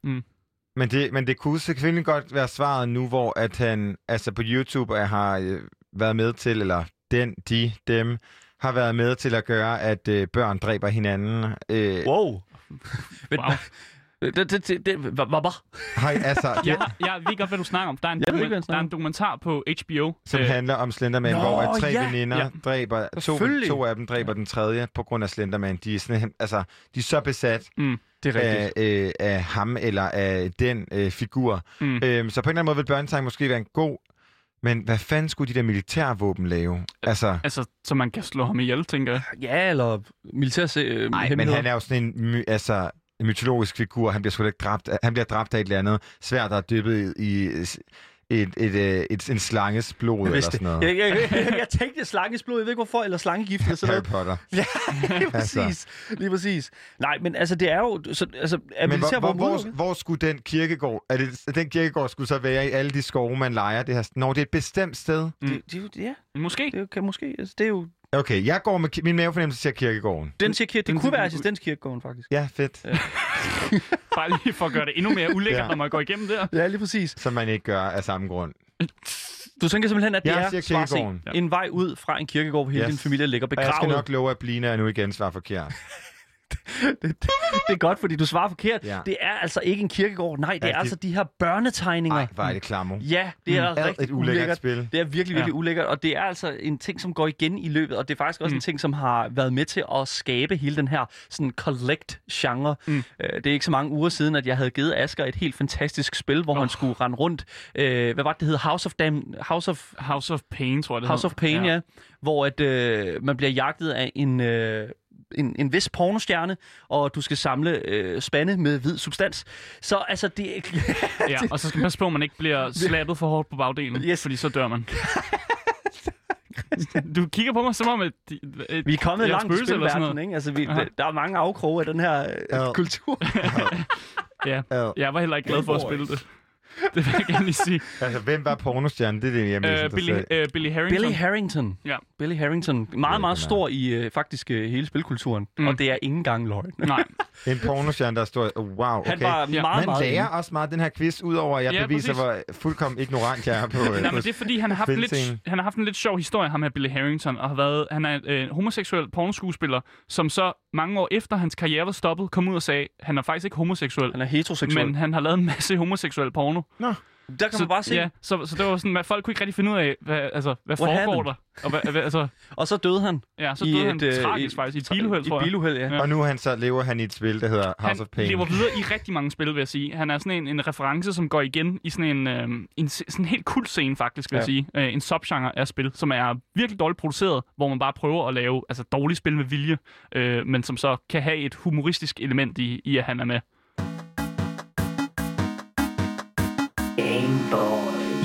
Men det, men det kunne selvfølgelig godt være svaret nu, hvor at han altså på YouTube jeg har øh, været med til, eller den, de, dem, har været med til at gøre, at øh, børn dræber hinanden. Øh, Wow. Men, Wow. det, det, det, det, hvad, hvad? har, altså, ja. Jeg, jeg ved godt, hvad du snakker om. Der er en, Jeg ved ikke, dokumen- hvad jeg der snakker er om. en dokumentar på HBO. som øh, handler om Slenderman, Nå, hvor at tre ja, veninder ja. dræber, to, Selvfølgelig. to af dem dræber den tredje på grund af Slenderman. De er, sådan, altså, de er så besat mm, Det er rigtigt. af, øh, af ham eller af den øh, figur. Mm. Mm. Øhm, så på en eller anden måde vil børnetang måske være en god... Men hvad fanden skulle de der militærvåben lave? Altså... altså, så man kan slå ham ihjel, tænker jeg. Ja, eller militær se, øh, Nej, men han er jo sådan en my, altså, en mytologisk figur. Han bliver sgu da ikke dræbt. af- Han bliver dræbt af et eller andet svært, der er dyppet i øh, s- et, et, et, et, en slanges blod eller sådan noget. Jeg, jeg, jeg, jeg tænkte slanges blod, jeg ved ikke hvorfor, eller slangegift eller sådan Harry noget. Potter. Ja, lige Altså. præcis. Lige præcis. Nej, men altså, det er jo... Så, altså, er Men hvor, hvor, militærvåben hvor, udelukket? hvor skulle den kirkegård... Er det, den kirkegård skulle så være i alle de skove, man leger det her... Når det er et bestemt sted... Mm. Det, det, er jo- ja, Måske. det er jo- kan måske... Altså, det er jo... Okay, jeg går med... ki- Min mavefornemmelse siger kirkegården. Den siger, det, den- kunne være den- assistenskirkegården, faktisk. Ja, fedt. Ja. Bare lige for at gøre det endnu mere ulækkert, Ja. når man går igennem der. Ja, lige præcis. Som man ikke gør af samme grund. Du tænker simpelthen, at det Jeg er siger svar C, kirkegården. Ja. en vej ud fra en kirkegård, hvor hele Yes. din familie ligger Og jeg skal begravet. nok love, at Blina er nu igen svarer forkert. det, det, det er godt, fordi du svarer forkert. Ja. Det er altså ikke en kirkegård. Nej, det Ja, er det- altså de her børnetegninger. Nej, hvor er det klamo. Ja, det er Ad rigtig Mm. et ulækkert spil. Det er virkelig, Ja. virkelig ja. ulækkert, og det er altså en ting, som går igen i løbet, og det er faktisk også mm. en ting, som har været med til at skabe hele den her sådan collect-genre. Mm. Øh, det er ikke så mange uger siden, at jeg havde givet Asker et helt fantastisk spil, hvor oh. han skulle rende rundt. Øh, hvad var det, det hed? House of Dam... House of... House of Pain, tror jeg, det Mm-hmm. House of hedder. Pain, ja. ja hvor at, øh, man bliver jagtet af en, øh, en, en vis pornostjerne, og du skal samle øh, spande med hvid substans. Så altså, det er... ja. Og så skal man passe på, at man ikke bliver slappet for hårdt på bagdelen, Yes. yes. fordi så dør man. du kigger på mig som om, at... De, et, Vi er kommet Ja, langt i spøgelser eller sådan spilverdenen, noget. ikke? Altså, vi, Aha. der er mange afkroge af den her øh, Ja. kultur. ja. Ad. Jeg var heller ikke glad for at spille det. Det vil jeg gerne lige sige. Altså, hvem var pornostjernen? Det er det, jeg er mest Uh, Billy, interesseret i. uh, Billy Harrington. Billy Harrington. Ja. Billy Harrington. Meget, meget stor i øh, faktisk øh, hele spilkulturen. Mm. Og det er ikke engang løgn. Okay. Nej, En pornostjerne, der står... Oh, wow, okay. Han var Ja. ja. meget, Man meget... lærer inde. også meget den her quiz, udover at jeg Ja, ja, beviser, præcis. hvor fuldkommen ignorant jeg er på... øh, Nej, men hos- det er fordi, han har, haft en Filmscenen. lidt, han har haft en lidt sjov historie, ham her Billy Harrington, og har været, han er øh, en homoseksuel pornoskuespiller, som så mange år efter hans karriere var stoppet, kom ud og sagde, han er faktisk ikke homoseksuel, Han er heteroseksuel. men han har lavet en masse homoseksuel porno. Nå, der kan man bare se. Ja, så, så det var sådan, at folk kunne ikke rigtig finde ud af, hvad, altså, hvad What foregår happened? der? Og hvad, hvad, altså, Og så døde han. ja, så I døde et, han øh, tragisk i- faktisk, i et biluheld, tror I jeg. biluheld, ja. Ja. og nu han så lever han i et spil, der hedder House of han Pain. lever videre i rigtig mange spil, vil jeg sige. Han er sådan en, en reference, som går igen i sådan en, øh, en se- sådan en helt kult scene, faktisk, vil ja. jeg Ja. sige. Øh, en subgenre af spil, som er virkelig dårligt produceret, hvor man bare prøver at lave altså, dårlige spil med vilje, øh, men som så kan have et humoristisk element i, i at han er med.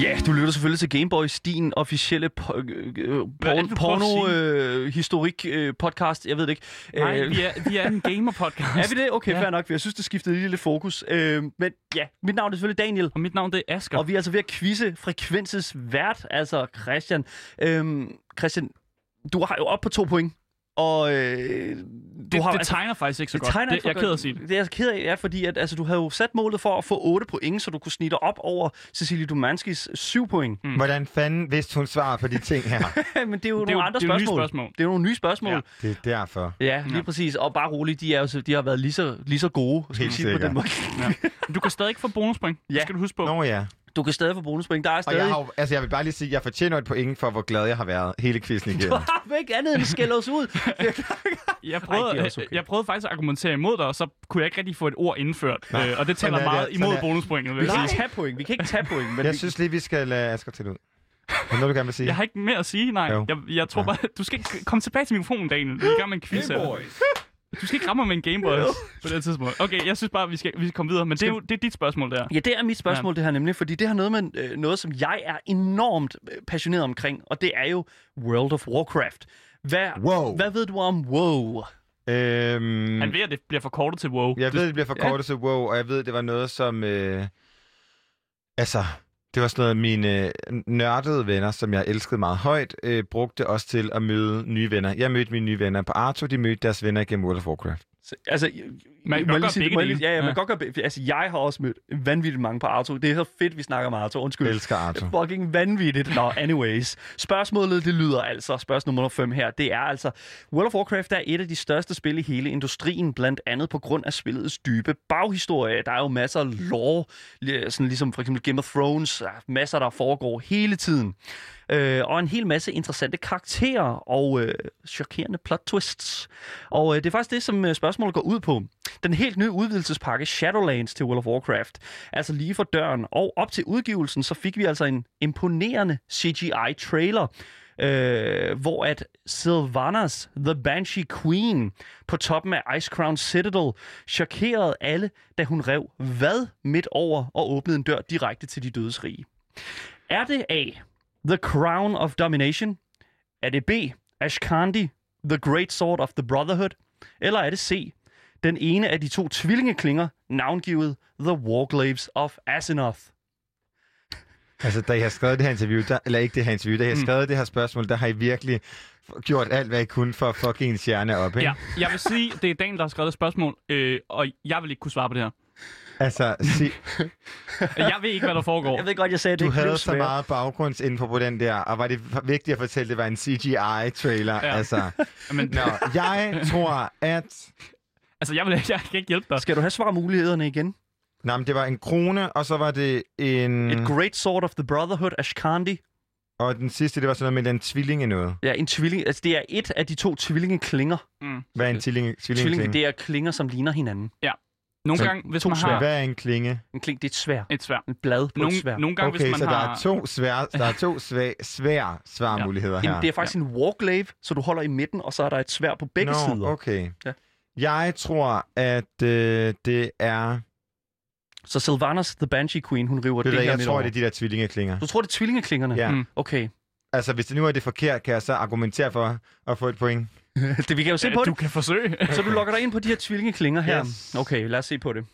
Ja, du lytter selvfølgelig til Gameboys, din officielle po- øh, øh, Hvad er det, porn- du prøver at sige? porno-historik-podcast. jeg ved det ikke. Nej, Øh, vi er, vi er en gamer-podcast. er vi det? Okay, Ja. fair nok. for Jeg synes, det skiftede lige lidt fokus. Øh, men ja, mit navn er selvfølgelig Daniel. Og mit navn det er Asger. Og vi er altså ved at quizze frekvenses vært, altså Christian. Øhm, Christian, du har jo op på to point. Og øh, Det, du har, det tegner faktisk ikke så godt. tegner det, ikke for jeg er godt. ked af at sige det. Det er jeg ked af, ja, fordi at, altså, du havde jo sat målet for at få 8 point, så du kunne snige dig op over Cecilie Dumanskis 7 point. Mm. Hvordan fanden vidste hun svaret på de ting her? Men det er jo er nogle jo- andre det er jo nye spørgsmål. spørgsmål. Det er jo nogle nye spørgsmål. Ja. Ja, det er derfor. ja lige ja. præcis. Og bare roligt, de, er jo, så- de har været lige så, lige så gode, skal Helt vi sige på sikkert. den måde. Men Du kan stadig ikke få bonuspoint. Ja. Det Ja. skal du huske på. Nå ja. Du kan stadig få bonuspoint. Der er Og stadig... jeg, har, jo- altså, jeg vil bare lige sige, at jeg fortjener et point for, hvor glad jeg har været hele quizzen Du igennem. har ikke andet end at skælde os ud. Jeg prøvede, Ej, Ej, det er også okay. okay. jeg prøvede faktisk at argumentere imod dig, og så kunne jeg ikke rigtig få et ord indført. Øh, og det Sådan er tæller det. meget Sådan imod er- bonuspointet, vil Vi jeg kan sige. ikke tage point. Vi kan ikke tage point. Men Jeg synes lige, vi skal lade Asger til ud. Er der noget, du gerne vil sige? Jeg har ikke mere at sige, nej. Jo. Jeg, jeg tror bare, du skal ikke komme tilbage til mikrofonen, Daniel. Vi er i gang med en quiz her. Du skal ikke ramme mig med en Gameboy på det her tidspunkt. Okay, jeg synes bare, vi skal, vi skal komme videre. Men det er, jo, det er dit spørgsmål der. Ja, det er mit spørgsmål, ja. det her nemlig, fordi det har noget med øh, noget, som jeg er enormt øh, passioneret omkring, og det er jo World of Warcraft. Hvad, Wow. hvad ved du om WoW? Øhm, Han ved, at det bliver forkortet til WoW. jeg ved, det bliver forkortet til wow, og jeg ved, det var noget, som... Øh, altså, det var sådan noget, mine øh, nørdede venner, som jeg elskede meget højt, øh, brugte også til at møde nye venner. Jeg mødte mine nye venner på Arto, de mødte deres venner gennem World of Warcraft. Så, altså, Man kan må jeg lige godt gøre sige- begge må jeg lige- dele. Ja, ja, man Ja. kan godt gøre begge- Altså, jeg har også mødt vanvittigt mange på Arto. Det er så fedt, vi snakker om Arto. Undskyld. Jeg elsker Arto. Fucking vanvittigt. Nå, anyways. Spørgsmålet, det lyder altså, spørgsmål nummer 5 her, det er altså, World of Warcraft er et af de største spil i hele industrien, blandt andet på grund af spillets dybe baghistorie. Der er jo masser af lore, li- sådan ligesom for eksempel Game of Thrones, der er masser, der foregår hele tiden. Øh, og en hel masse interessante karakterer og øh, chokerende plot twists. Og øh, det er faktisk det, som øh, spørgsmålet går ud på. Den helt nye udvidelsespakke Shadowlands til World of Warcraft, altså lige for døren, og op til udgivelsen, så fik vi altså en imponerende CGI-trailer, øh, hvor at Sylvanas, The Banshee Queen, på toppen af Ice Crown Citadel, chokerede alle, da hun rev hvad midt over og åbnede en dør direkte til de dødes rige. Er det A. The Crown of Domination? Er det B. Ashkandi, The Great Sword of the Brotherhood? Eller er det C. Den ene af de to tvillingeklinger, navngivet The Warglaves of Asenoth? Altså, da jeg har skrevet det her interview, der, eller ikke det her interview, da jeg har skrevet det her spørgsmål, der har I virkelig f- gjort alt, hvad I kunne for at fucke ens hjerne op, ikke? Ja, jeg vil sige, det er Daniel, der har skrevet et spørgsmål, øh, og jeg vil ikke kunne svare på det her. Altså, sig, Jeg ved ikke, hvad der foregår. Jeg ved godt, jeg sagde, at det Du ikke blev havde så svært. meget baggrundsinfo på den der, og var det f- vigtigt at fortælle, at det var en CGI-trailer? Ja. Ja. Altså, Men, Nå, jeg tror, at... altså, jeg, vil, jeg kan ikke hjælpe dig. Skal du have svarmulighederne igen? Nå, men det var en krone, og så var det en... Mm. Et Great Sword of the Brotherhood, Ashkandi. Og den sidste, det var sådan noget med en eller anden tvillinge noget. Ja, en tvilling. Altså, det er et af de to tvillingeklinger. Mm. Hvad er en tvillinge? tvillinge, Tvilling, tvillinge det er klinger, som ligner hinanden. Nogle Så- gange, hvis to man svær. har Hvad er en klinge? En kling, det er et svær. et svær. En blad på et svær. Nogle, nogle gange, Okay, hvis så man der har... er to svære, der er to svære, svære svarmuligheder her. En, det er faktisk ja. en warglave, så du holder i midten, og så er der et svær på begge Nå, sider. okay. Ja. Jeg tror, at øh, det er... Så Sylvanas, The Banshee Queen, hun river Ved det, du det hvad, her jeg midt tror, over. det er de der tvillingeklingere. Du tror, det er tvillingeklingerne? Ja. Mm. Okay. Altså, hvis det nu er det forkert, kan jeg så argumentere for at få et point. det, vi kan jo se Ja, på det. du kan forsøge. Så du logger dig ind på de her tvillingeklinger her. Yes. Okay, lad os se på det.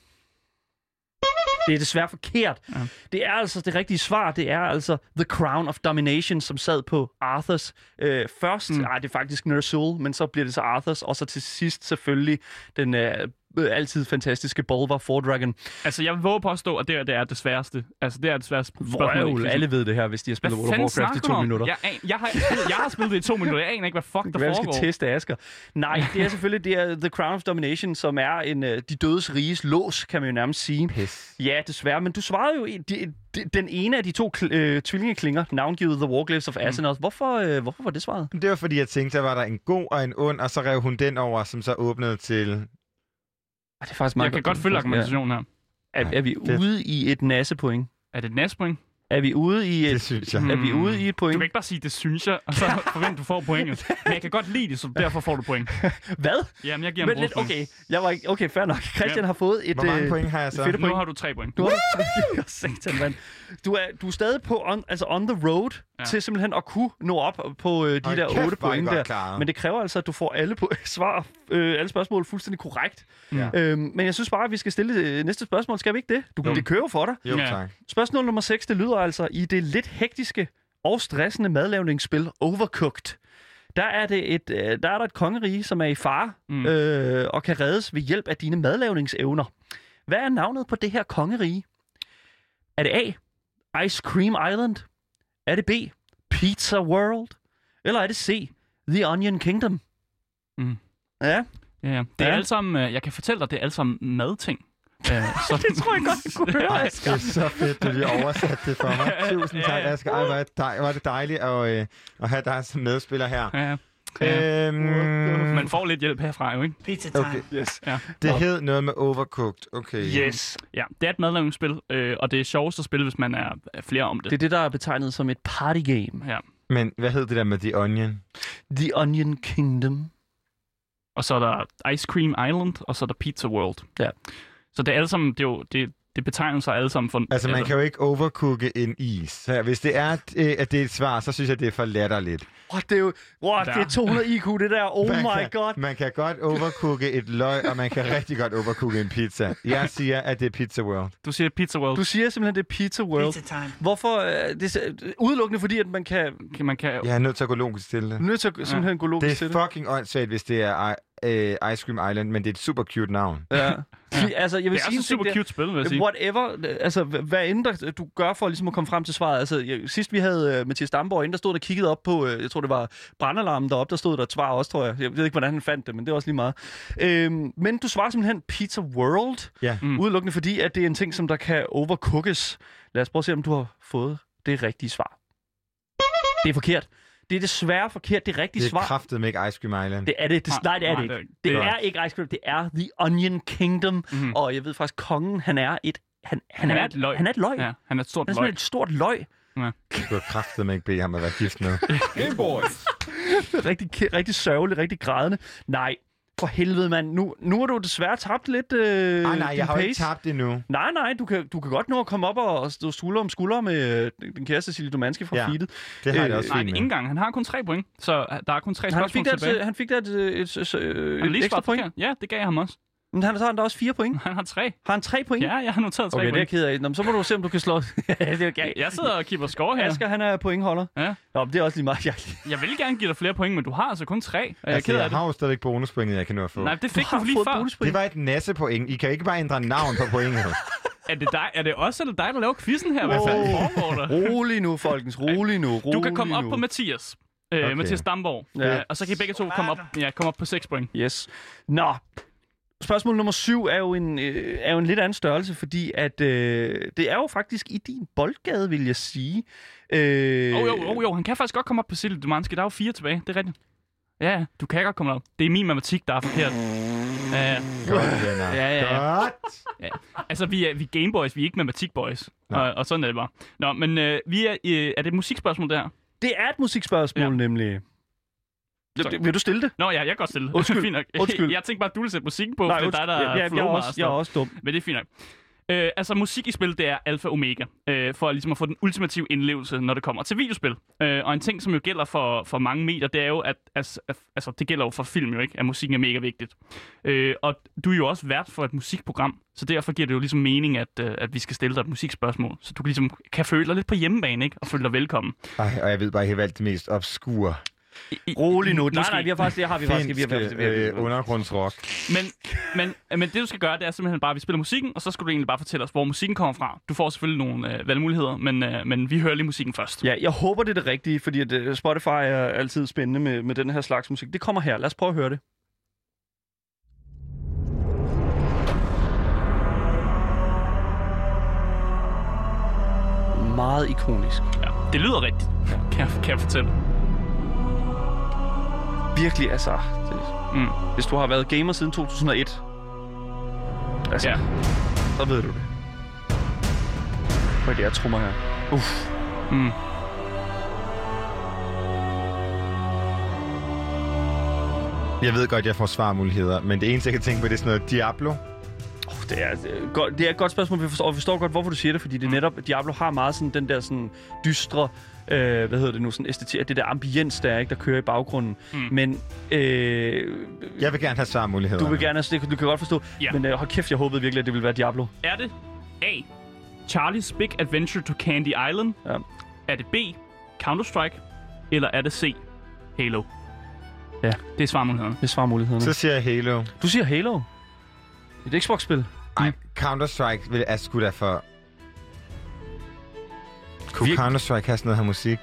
Det er desværre forkert. Ja. Det er altså det rigtige svar. Det er altså The Crown of Domination, som sad på Arthurs øh, først. Mm. Ej, det er faktisk Ner'zhul, men så bliver det så Arthurs. Og så til sidst selvfølgelig den øh, øh, altid fantastiske Bolvar Fordragon. altså, jeg vil våge på at stå, at det, her, det er det sværeste. Altså, det er det sværeste spørgsmål. i Vrøvl. quizzen. Alle ved det her, hvis de har Hvad spillet World of fanden Warcraft i snakker to du om? minutter. Jeg, an, jeg, har, jeg har spillet det i to minutter. Jeg aner ikke, hvad fuck der Det kan være, jeg foregår. skal teste Asger. Nej, det er selvfølgelig det er The Crown of Domination, som er en, øh, de dødes riges lås, kan man jo nærmest sige. Pis. Ja, desværre, men du svarede jo i- de, de, den ene af de to kl- øh, tvillingeklinger, navngivet The Warglaves Mm. of Asenoth. Hvorfor, øh, hvorfor var det svaret? Det var fordi, jeg tænkte, der var der en god og en ond, og så rev hun den over, som så åbnede til... Ej, det er faktisk Jeg kan godt følge argumentationen her. Ja. Er, er vi Fedt. ude i et nassepoint? Er det et næstpoint? Er vi ude i Det et, synes jeg. er vi ude i et Mm. Du point? kan ikke bare sige, det synes jeg, og så forvente, du får pointet. Men jeg kan godt lide det, så derfor får du point. Hvad? Jamen, jeg giver Men ham lidt, bonuspoint. okay, jeg var ikke, okay, fair nok. Christian Ja. har fået et... Hvor mange øh, point har jeg så? fedt Nu har du tre point. Du har satan, mand. Du er, du er stadig på on, altså on the road ja. Ja. til simpelthen at kunne nå op på øh, de Hold der kæft, otte hvor er I point godt der. klaret. Men det kræver altså, at du får alle på, svar, øh, alle spørgsmål fuldstændig korrekt. Ja. Øhm, men jeg synes bare, at vi skal stille øh, næste spørgsmål. Skal vi ikke det? Du, Jo. det kører for dig. Jo, Ja. tak. Spørgsmål nummer 6, det lyder altså i det lidt hektiske og stressende madlavningsspil Overcooked. der er, det et, øh, der er der et kongerige, som er i fare Mm. mm. øh, og kan reddes ved hjælp af dine madlavningsevner. Hvad er navnet på det her kongerige? Er det A. Ice Cream Island? Er det B. Pizza World? Eller er det C. The Onion Kingdom? Mm. Ja, Ja, ja. Det er Ja. alt sammen, øh, jeg kan fortælle dig, det er alt sammen madting. Øh, så... det tror jeg godt, jeg kunne høre. Det er så fedt, at vi oversat det for mig. Tusind Ja, tak, ja. Asger. Ej, hvor er det dej- hvor er det dejligt at, øh, at have dig som medspiller her. Ja, ja. Øh. Øhm, Man får lidt hjælp herfra, jo ikke? Pizza time. Okay. Yes. Ja. det hed noget med Overcooked. Okay. Yes. ja, det er et madlavningsspil, øh, og det er sjovest at spille, hvis man er er flere om det. Det er det, der er betegnet som et party game. Ja. Men hvad hed det der med The Onion? The Onion Kingdom. Og så er der Ice Cream Island, og så er der Pizza World. Ja. Så det er alle sammen, det, er jo, det, det betegner sig alle sammen for... Altså, man kan jo ikke overcooke en is. Så hvis det er, at, øh, at det er et svar, så synes jeg, det er for latterligt. Wow, det er jo wow, det Der. er 200 IQ, det der. Oh man my kan, god. Man kan godt overcooke et løg, og man kan rigtig godt overcooke en pizza. Jeg siger, at det er Pizza World. Du siger Pizza World. Du siger simpelthen, det er Pizza World. Pizza time. Hvorfor? øh, Det er så- udelukkende fordi, at man kan Du... Man kan... Jeg er nødt til at gå logisk til det. nødt til at simpelthen gå logisk Det til er det. fucking åndssvagt, hvis det er øh, Ice Cream Island, men det er et super cute navn. Ja. Fordi, altså, jeg vil Det er sige også en ting, et super det er- cute spil, vil jeg sige. Whatever, altså hva- hvad end der, du gør for ligesom at komme frem til svaret. Altså jeg, sidst vi havde uh, Mathias Damborg inde, der stod der og kiggede op på, uh, jeg tror det var brandalarmen deroppe, der stod der et svar også, tror jeg. Jeg ved ikke, hvordan han fandt det, men det er også lige meget. Øhm, men du svarer simpelthen Pizza World, Ja. mm. udelukkende fordi, at det er en ting, som der kan overcookes. Lad os prøve at se, om du har fået det rigtige svar. Det er forkert. Det er desværre forkert, det rigtige Det er svar. kraftedeme ikke Ice Cream Island. Det er det. det nej, Nej, det er nej, det det er ikke. ikke. Det Det er- er ikke Ice Cream. Det er The Onion Kingdom. Mhm. Mm. Og jeg ved faktisk, kongen, han er et... Han, han, Han er et løg. Han er et løg. Ja. Ja, han er et stort Han er løg. simpelthen et stort løg. Du har kraftedeme ikke bede ham at være gift med. Øh, Rigtig, ke- rigtig sørgelig, rigtig grædende. Nej, for helvede, mand. Nu, nu har du desværre tabt lidt øh, Ej, Ah, nej, din jeg har jo pace. ikke tabt endnu. Nej, nej, du kan, du kan godt nå at komme op og, og stå skulder om skulder med øh, den kære Cecilie Domanski fra Ja, ja. Feedet. Det har jeg det Øh, også Nej, fint det er med. ikke engang. Han har kun tre point, så øh, der er kun tre Han spørgsmål fik, der, tilbage. et- han fik der et, øh, et, et, et, Han har et lige ekstra svaret point. point. Ja, det gav jeg ham også. Men han så har han da også fire point. Han har tre. Har han tre point? Ja, jeg har noteret tre okay, det er jeg point. ked af. Nå, men så må du se, om du kan slå... det er jo galt. Jeg sidder og kipper score her. Asger, han er pointholder. Ja. Nå, men det er også lige meget. Jeg... Jeg vil gerne give dig flere point, men du har altså kun tre. Og jeg er Altså, ked af jeg det. har jo stadigvæk bonuspointet, jeg kan nå at få. Nej, det fik du, har lige fået før. bonuspoint. Det var et nassepoint. I kan ikke bare ændre navn på pointet. Er det, dig, er det også eller dig, der laver quizzen her? Hvad Wow. fanden foregår der? Rolig nu, folkens. Rolig nu. Rolig Du kan komme op nu. på Mathias. Øh, Okay. Mathias Damborg. Ja. Ja. Og så kan I begge to komme op, ja, komme op på 6 point. Yes. Nå. Spørgsmål nummer syv er jo en, øh, er jo en lidt anden størrelse, fordi at, øh, det er jo faktisk i din boldgade, vil jeg sige. Øh, Åh, oh, jo, oh, jo, han kan faktisk godt komme op på Silje Dumanski. Der er jo fire tilbage, det er rigtigt. Ja, ja, du kan godt komme op. Det er min matematik, der er forkert. Ja, ja. Godt, venner. Ja, ja, ja. Godt. altså, vi er, vi er Gameboys, vi er ikke matematikboys. Nå. Og, og sådan er det bare. Nå, men øh, vi er, øh, er det et musikspørgsmål der? Det er et musikspørgsmål, Ja. ja. nemlig. Så- Vil du stille det? Nå ja, jeg kan godt stille. Undskyld, fint nok. undskyld. Jeg tænkte bare, at du ville sætte musikken på, Nej, for det er dig, der ja, ja, er jeg, er også, jeg flowmaster. er også dum. Men det er fint nok. Øh, altså musik i spil, det er alfa og omega, øh, for ligesom at få den ultimative indlevelse, når det kommer til videospil. Øh, og en ting, som jo gælder for, for mange medier, det er jo, at altså, altså, det gælder jo for film jo ikke, at musikken er mega vigtigt. Øh, og du er jo også vært for et musikprogram, så derfor giver det jo ligesom mening, at, øh, at vi skal stille dig et musikspørgsmål, så du kan ligesom kan føle dig lidt på hjemmebane, ikke? Og føle dig velkommen. Ej, og jeg ved bare, at jeg valgte det mest obskure Rolig nu. Nej, Måske. nej, vi har faktisk, det har vi faktisk. Vi har, finske vi har, vi har, vi har, øh, undergrundsrock. Men, men, men det, du skal gøre, det er simpelthen bare, at vi spiller musikken, og så skal du egentlig bare fortælle os, hvor musikken kommer fra. Du får selvfølgelig nogle øh, valgmuligheder, men, øh, men vi hører lige musikken først. Ja, jeg håber, det er det rigtige, fordi at, øh, Spotify er altid spændende med, med den her slags musik. Det kommer her. Lad os prøve at høre det. Meget ikonisk. Ja, det lyder rigtigt, kan jeg, kan jeg fortælle. Virkelig, altså. Det, Mm. hvis du har været gamer siden 2001, altså, Ja. ja. så ved du det. Hvor er det, jeg trummer her? Uff. Mm. Jeg ved godt, jeg får svarmuligheder, men det eneste, jeg kan tænke på, det er sådan noget Diablo. Oh, det, er, det, er godt, det er et godt spørgsmål, vi forstår, og vi forstår godt, hvorfor du siger det, fordi det er netop, Diablo har meget sådan den der sådan dystre, øh, hvad hedder det nu, sådan æstetik, det der ambience, der er, ikke, der kører i baggrunden. Mm. Men øh, Jeg vil gerne have svarmuligheder. du vil gerne, altså, det, du kan godt forstå, Ja. yeah. men øh, hold kæft, jeg håbede virkelig, at det ville være Diablo. Er det A. Charlie's Big Adventure to Candy Island? Ja. Er det B. Counter-Strike? Eller er det C. Halo? Det er svarmulighederne. Det er svarmulighederne. Så siger jeg Halo. Du siger Halo. Et Xbox-spil. Mm. Ej, Counter-Strike vil- er sgu da for... Kunne Virkelig? Counter-Strike have sådan noget her musik?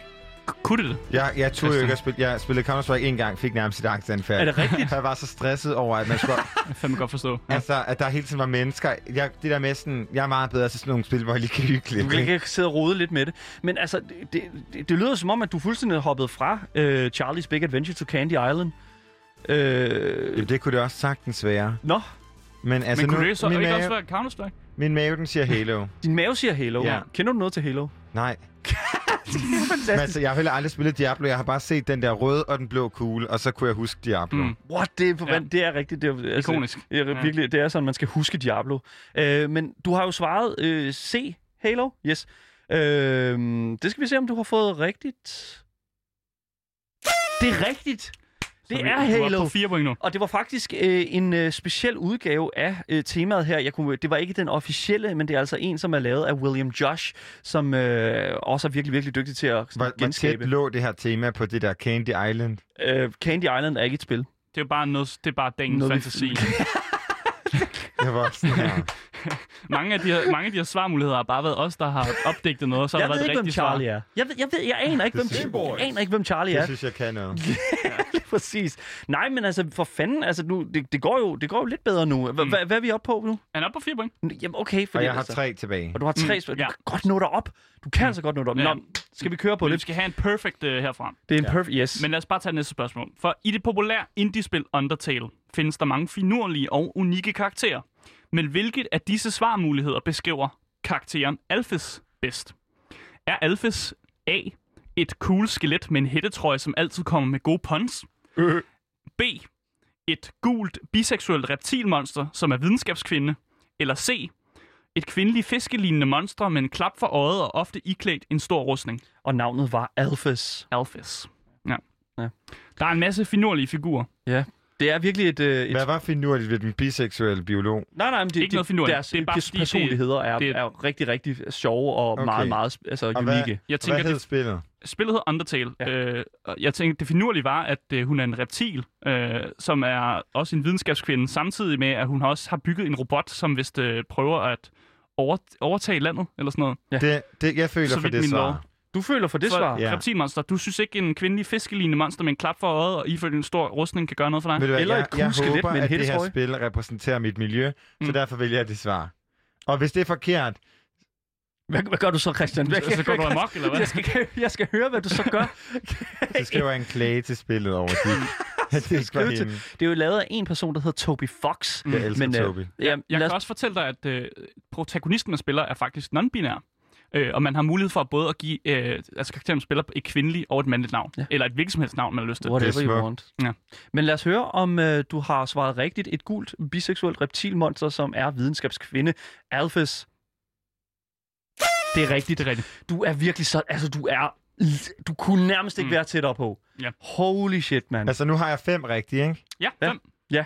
K- Kunne det det? Jeg, jeg turde jo Christian. ikke at spille... Jeg spillede Counter-Strike en gang, fik nærmest et angstanfærd. Er det rigtigt? Jeg var så stresset over, at man skulle... Jeg kan fandme godt forstå. altså, at der hele tiden var mennesker. Jeg, det der med sådan... Jeg er meget bedre til sådan nogle spil, hvor jeg lige kan hygge lidt. Du kan ikke? ikke sidde og rode lidt med det. Men altså, det, det, det, det lyder som om, at du fuldstændig hoppede fra øh, Charlie's Big Adventure to Candy Island. Øh, Jamen, det kunne det også sagtens være. Nå, Men, Altså, altså, men nu, kunne det så min, ikke mave, også være Counter-Strike? min mave, den siger Halo. din mave siger Halo. Ja. Ja. Kender du noget til Halo? Nej. Det er Men fantastisk. altså, jeg har heller aldrig spillet Diablo. Jeg har bare set den der røde og den blå kugle, og så kunne jeg huske Diablo. Mm. Mm. What, det er, Ja. ja. det er rigtigt. Det er, altså, Ikonisk. Det er, Ja. virkelig, det er sådan, man skal huske Diablo. Øh, men du har jo svaret øh, C, Halo. Yes. Øh, det skal vi se, om du har fået rigtigt. Det er rigtigt. Så Det vi- er du oppe Halo. på fire point nu. Og det var faktisk øh, en øh, speciel udgave af øh, temaet her. Jeg kunne, det var ikke den officielle, men det er altså en, som er lavet af William Josh, som øh, også er virkelig, virkelig dygtig til at Hvor, sådan, hvor tæt genskabe. lå det her tema på det der Candy Island? Øh, Candy Island er ikke et spil. Det er jo bare, noget, det er bare dagens Noget, vi- fantasi. Jeg var sådan her. mange, af de her, mange af de her svarmuligheder har bare været os, der har opdigtet noget, og så har jeg der ved været ikke, et hvem rigtigt Charlie svar. er. Jeg, ved, jeg, ved, jeg aner ikke, hvem, synes jeg. jeg aner ikke, hvhvem Charlie Det er. synes jeg kan noget. Lige præcis. Nej, men altså, for fanden, altså, nu, det, det, går jo, det går jo lidt bedre nu. Hva- Mm. hva- Hvad er vi oppe på nu? Er han oppe på fire point? Jamen, okay. Fordi, Og jeg har altså, tre tilbage. Og du har tre Mm, spil. ja. Du kan godt nå dig op. Du kan altså godt nå dig op. Ja. Nå, skal vi køre på Men vi det? skal have en perfect uh, herfra. Det er en perfect... Yes. Men lad os bare tage det næste spørgsmål. For i det populære indie-spil Undertale findes der mange finurlige og unikke karakterer. Men hvilket af disse svarmuligheder beskriver karakteren Alphys bedst? Er Alphys A. Et cool skelet med en hættetrøje, som altid kommer med gode puns? Øh. B. Et gult biseksuelt reptilmonster, som er videnskabskvinde? Eller C. Et kvindelig fiskelignende monster med en klap for øjet og ofte iklædt en stor rustning? Og navnet var Alphys. Alphys. Ja. Ja. Der er en masse finurlige figurer. Ja. Det er virkelig et... øh, et Hvad var finurligt ved den biseksuelle biolog? Nej, nej, men de, Ikke noget finurligt. Deres Det er bare fordi, det- personligheder er, det- det, er rigtig, rigtig sjove og Okay. okay. meget, meget altså, Og hvad- unikke. Jeg Hvad tænker, hed det, spillet? spillet hedder Undertale. Ja. Ja. Øh, og jeg tænker, det finurlige var, at øh, hun er en reptil, øh, som er også en videnskabskvinde, samtidig med, at hun også har bygget en robot, som vist øh, prøver at over, overtage landet, eller sådan noget. Ja. Det, det, jeg føler Så for vidt det min svar. lov. Du føler for det For- svar? Ja. Ja. Reptilmonster. Du synes ikke, en kvindelig fiskelignende monster med en klap for øjet og ifølge en stor rustning kan gøre noget for dig? Ved du hvad, Eller jeg, et cool jeg skelet håber, med en at det her hættetrøje. spil repræsenterer mit miljø, så Mm. derfor vælger jeg det svar. Og hvis det er forkert, Hvad, hvad gør du så, Christian? Hvad, Så- så Altså, går du amok, eller hvad? Jeg skal, jeg skal høre, hvad du så gør. så skriver jeg en klage til spillet over det. det skal Skriv til- hende. Det er jo lavet af en person, der hedder Toby Fox. Jeg elsker Men, øh, Toby. Ja, Jeg lad kan os, også fortælle dig, at øh, protagonisten man spiller er faktisk non-binær. Øh, og man har mulighed for både at give øh, altså karakteren man spiller et kvindeligt og et mandligt navn. Ja. Ja. Eller et hvilket som helst navn, man har lyst til. Det er whatever smukt. you want. Ja. Men lad os høre, om øh, du har svaret rigtigt. Et gult, biseksuelt reptilmonster, som er videnskabskvinde Alphys. Det er rigtigt. Det er rigtigt. Du er virkelig så... Altså, du er... Du kunne nærmest ikke Mm. mm. være tættere på. Ja. Holy shit, mand. Altså, nu har jeg fem rigtige, ikke? Ja, Ja. fem.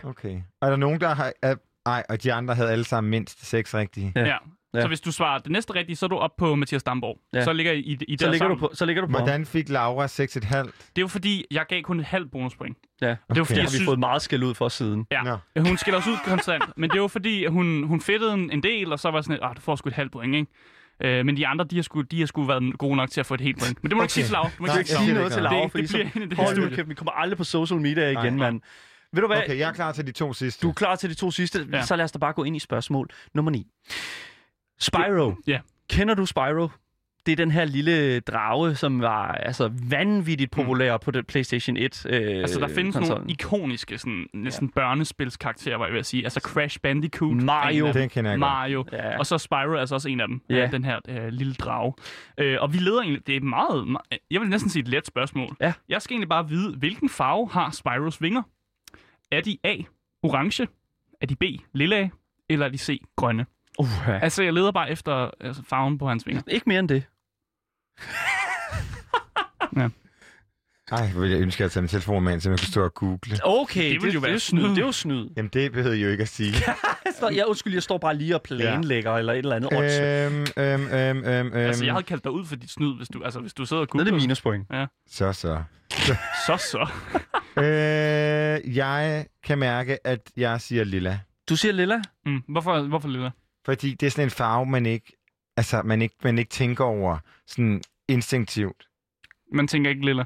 Okay. Og er der nogen, der har... er- Ej, og de andre havde alle sammen mindst seks rigtige. Ja. Ja. Ja. ja. Ja. Så hvis du svarer det næste rigtige, så er du op på Mathias Damborg. Ja. Ja. Så ligger I, i, i så, der ligger du sammen. på, så ligger du på ham. Hvordan fik Laura 6,5? Det er jo fordi, jeg gav kun et halvt bonuspoint. Ja. Det er jo fordi, Det jeg har vi synes, fået meget skæld ud for siden. Ja. Nå. hun skiller os ud konstant. Men det er jo fordi, at hun, hun fedtede en, en del, og så var jeg sådan, lidt, ah, du får sgu et halvt point, ikke? Øh, men de andre, de har, sgu, de har sgu været gode nok til at få et helt point. Men det må du ikke sige til Lav. Du må Nej, ikke jeg sige Sig siger til Lav. noget ikke til noget. Laura, fordi Det- det bliver så- en af de her Hold nu studier. kæft, vi kommer aldrig på social media Nej, igen, nej. mand. Ved du hvad? Okay, jeg er klar til de to sidste. Du er klar til de to sidste, Ja. ja. så lad os da bare gå ind i spørgsmål nummer 9. Spyro. Ja. Kender du Spyro? Det er den her lille drage, som var altså vanvittigt populær mm. på det PlayStation 1. Øh, Altså, der findes konsollen. nogle ikoniske, sådan, næsten ja. børnespilskarakterer, var jeg ved at sige. Altså, Crash Bandicoot. Mario. er en af dem. Den kender jeg godt. Mario. Ja. Og så Spyro er altså også en af dem. Ja. Ja. Den her øh, lille drage. Øh, og vi leder egentlig... Det er meget... me- Jeg vil næsten sige et let spørgsmål. Ja. Jeg skal egentlig bare vide, hvilken farve har Spyros vinger? Er de A, orange? Er de B, lilla? Eller er de C, grønne? Uh, Altså, jeg leder bare efter altså, farven på hans vinger. ikke mere end det. Ej, hvor ville jeg ønske, at jeg havde taget min telefon med, ind, så jeg kunne stå og google. Okay, ville jo det, være er snyd. snyd. Det er jo snyd. Jamen, det behøvede jeg jo ikke at sige. Jeg, står, jeg undskyld, jeg står bare lige og planlægger ja. eller et eller andet. Øh, Nå, øhm, øhm, øhm, øhm, øhm. Altså, jeg havde kaldt dig ud for dit snyd, hvis du, altså, hvis du sidder og det googler. er minuspoint. Så så. Så så. øh, jeg kan mærke, at jeg siger lilla. Du siger lilla? Mm. Hvorfor, hvorfor lilla? Fordi det er sådan en farve, man ikke, altså, man ikke, man ikke tænker over sådan instinktivt. Man tænker ikke lilla.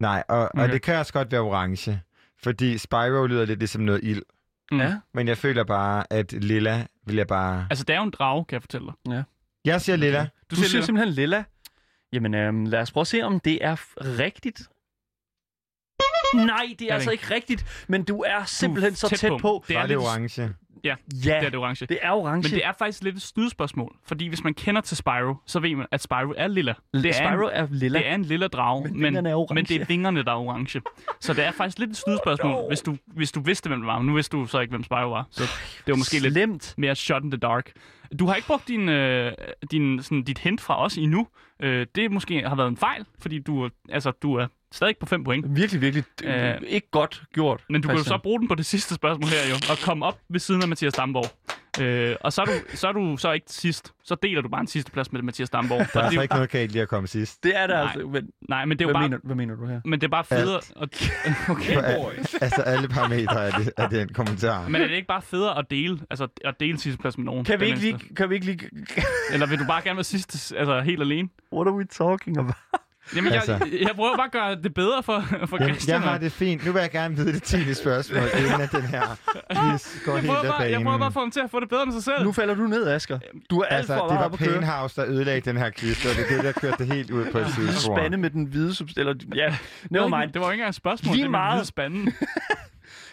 Nej, og, okay. og Okay. det kan også godt være orange. Fordi Spyro lyder lidt ligesom noget ild. Mm. Ja. Men jeg føler bare, at lilla vil jeg bare... Altså, det er jo en drage, kan jeg fortælle dig. Jeg siger lilla. Du, du siger lilla. simpelthen lilla. Jamen, øhm, lad os prøve at se, om det er f- rigtigt. Nej, det er, det altså ikke. ikke rigtigt, men du er simpelthen Du er så tæt, på. Det Var er, det lidt, orange? Ja, det er det orange. det er orange. Men det er faktisk lidt et snydespørgsmål, fordi hvis man kender til Spyro, så ved man, at Spyro er lilla. Det er Spyro en, er lilla. det er en lilla drage, Men men, vingerne er orange. men det er vingerne, der er orange. Så det er faktisk lidt et snydespørgsmål, Nå. hvis, du, hvis du vidste, hvem det var. Men nu vidste du så ikke, hvem Spyro var, så det var måske lidt Slemt. mere shot in the dark. Du har ikke brugt din, øh, din, sådan, dit hint fra os endnu. Øh, det måske har været en fejl, fordi du, er- altså, du er stadig på 5 point. Virkelig, virkelig øh, Øh, ikke godt gjort. Men du kan jo så Christian. bruge den på det sidste spørgsmål her jo, og komme op ved siden af Mathias Damborg. Øh, og så er, du, så er du så ikke sidst. Så deler du bare en sidste plads med Mathias Damborg. Der er Og det, altså ikke noget galt lige at komme sidst. Det er der Nej. altså. Men, Nej, men det er jo hvad, bare, mener, hvad mener du her? men det er bare federe... At, okay. På al, altså alle parametre af, det, af den kommentar. Men er det ikke bare federe at dele, altså at dele sidste plads med nogen? Kan vi, den ikke mindste? lige, kan vi ikke lige... Eller vil du bare gerne være sidste, altså helt alene? What are we talking about? Jamen, altså. Altså. jeg, jeg prøver bare at gøre det bedre for, for Jamen, Christian. jeg har det fint. Nu vil jeg gerne vide det tiende spørgsmål, inden at den her quiz går jeg, helt prøver af bare, jeg banen. prøver bare at få ham til at få det bedre med sig selv. Nu falder du ned, Asger. Du er alt Altså, for det var meget på køre. Penhouse, der ødelagde den her quiz, og det er det, der kørte det helt ud på et sidespor. Spande med den hvide substans. Eller, ja, det, never var mind. ikke, det var ikke engang et spørgsmål, Lige det var meget. meget spændende.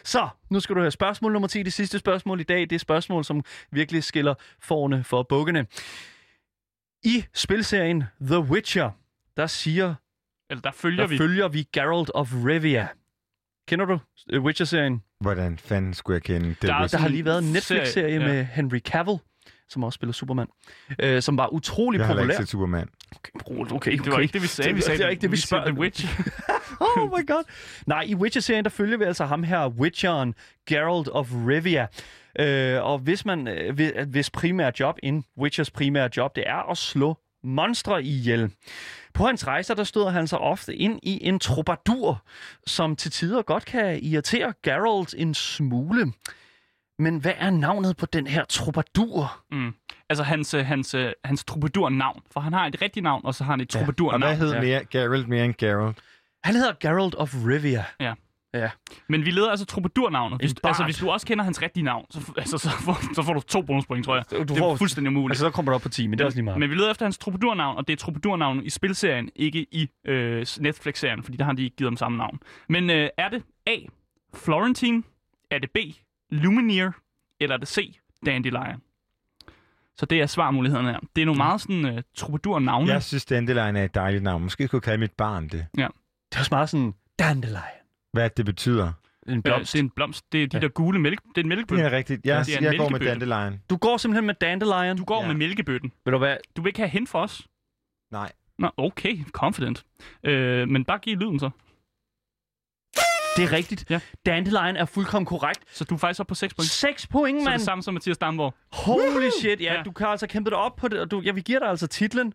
Så, nu skal du høre spørgsmål nummer 10. Det sidste spørgsmål i dag, det er spørgsmål, som virkelig skiller forne for bukkene. I spilserien The Witcher, der siger, Eller der følger der vi. følger vi Geralt of Rivia. Kender du øh, Witcher-serien? Altså, Hvordan fanden skulle jeg kende det? Der er Der, Der har lige været en Serie, Netflix-serie ja. med Henry Cavill, som også spiller Superman, øh, som var utrolig jeg har heller populær. ikke set Superman. Okay, okay. Det var ikke det, vi sagde. Vi Det- sagde, det er ikke det, vi siger spørger- The Witch. Oh my god. Nej, i Witcher-serien, der følger vi altså ham her, Witcheren, Geralt of Rivia. Øh, og hvis man, øh, hvis- at hvis primære job, en Witchers primære job, det er at slå monstre ihjel. På hans rejser, der støder han sig ofte ind i en troubadour, som til tider godt kan irritere Geralt en smule. Men hvad er navnet på den her troubadour? Mm. Altså hans, øh, hans, øh, hans troubadour-navn. For han har et rigtigt navn, og så har han et Og hvad troubadour-navn. hed Ja. Mm. mere Geralt mere end Geralt? Han hedder Geralt of Rivia. Men vi leder altså troubadour-navnet. Hvis, En du- altså, bard. hvis du også kender hans rigtige navn, så, f- altså, så, får, så får du to bonuspoint, tror jeg. Du det er får- fuldstændig umuligt. Altså, så kommer du op på 10, men det er også lige meget. Men vi leder efter hans troubadournavn, og det er troubadournavnet i spilserien, ikke i øh, Netflix-serien, fordi der har de ikke givet dem samme navn. Men øh, er det A. Florentine? Er det B. Lumineer? Eller er det C. Dandelion? Så det er svarmulighederne her. Det er nogle meget sådan øh, troubadournavne. Jeg synes, Dandelion er et dejligt navn. Måske skulle jeg kalde mit barn det. Det er også meget sådan, Dandelion. Hvad det betyder. En Øh, blomst. det er en blomst. Det er de der gule mælk. Det er en Det mælkebøtte. er rigtigt. Jeg, Det er en jeg går med mælkebøtte. Dandelion. Du går simpelthen med Dandelion. Du går Ja. med mælkebøtten. Ved du hvad? Du vil ikke have hen for os? Nej. Nå, okay. Confident. Øh, men bare giv lyden så. Det er rigtigt. Ja. Dandelion er fuldkommen korrekt. Så du er faktisk oppe på 6 point. 6 point, Så er det mand. samme som Mathias Damborg. Holy shit. Ja, Ja. du kan altså kæmpe dig op på det. Og du, ja, vi giver dig altså titlen.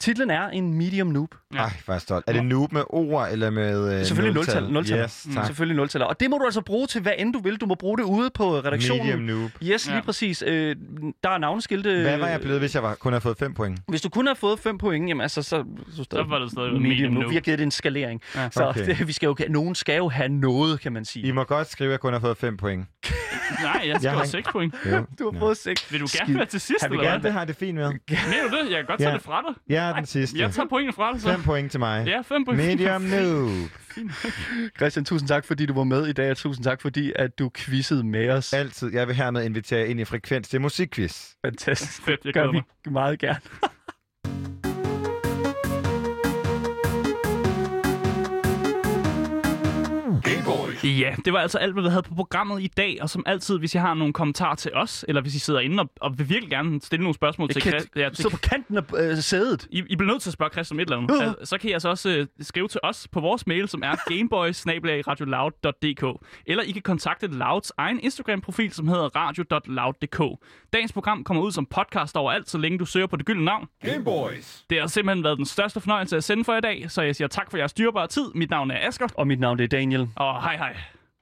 Titlen er en medium noob. Ja. Ej, hvor er jeg stolt. Er det noob med ord eller med øh, Selvfølgelig nultal? nultal, nultal. Yes, Mm, tak. Selvfølgelig 0 -taller. Og det må du altså bruge til hvad end du vil. Du må bruge det ude på redaktionen. Medium noob. Yes, lige Ja. præcis. Øh, der er øh, navneskilte. Hvad var jeg blevet, hvis jeg var, kun havde fået 5 point? Hvis du kun havde fået 5 point, jamen altså, så, så, Så var det stadig medium medium noob. noob. Vi har givet det en skalering. Ja. Så Okay. det, vi skal jo, nogen skal jo have noget, kan man sige. I må godt skrive, at jeg kun har fået 5 point. Nej, jeg skal Jeg har have ikke- 6 point. Jo. Du har fået 6. Vil du gerne være til sidst, Han vil eller Ja, hvad? det har jeg det fint med. Mener du det? Jeg kan godt tage Ja. det fra dig. Jeg er den sidste. Jeg tager pointene fra dig, så. 5 point til mig. Ja, 5 point. Medium noob. Christian, tusind tak, fordi du var med i dag, og tusind tak, fordi at du quizzede med os. Altid. Jeg vil hermed invitere jer ind i Frekvens til musikquiz. Fantastisk. Fedt, jeg gør glæder vi meget gerne. Det Ja, det var altså alt, hvad vi havde på programmet i dag, og som altid, hvis I har nogle kommentarer til os, eller hvis I sidder inde og, og vil virkelig gerne stille nogle spørgsmål til, kan, Chris- ja, til sidder på kanten af øh, sædet. I, I bliver nødt til at spørge Christian om et eller andet. Ja. Altså, så kan I altså også øh, skrive til os på vores mail, som er gameboys Eller I kan kontakte Louds egen Instagram-profil, som hedder radio.loud.dk. Dagens program kommer ud som podcast overalt, så længe du søger på det gyldne navn. Game Boys. Det har simpelthen været den største fornøjelse at sende for i dag, så jeg siger tak for jeres dyrebare tid. Mit navn er Asker, Og mit navn det er Daniel. og hej hej.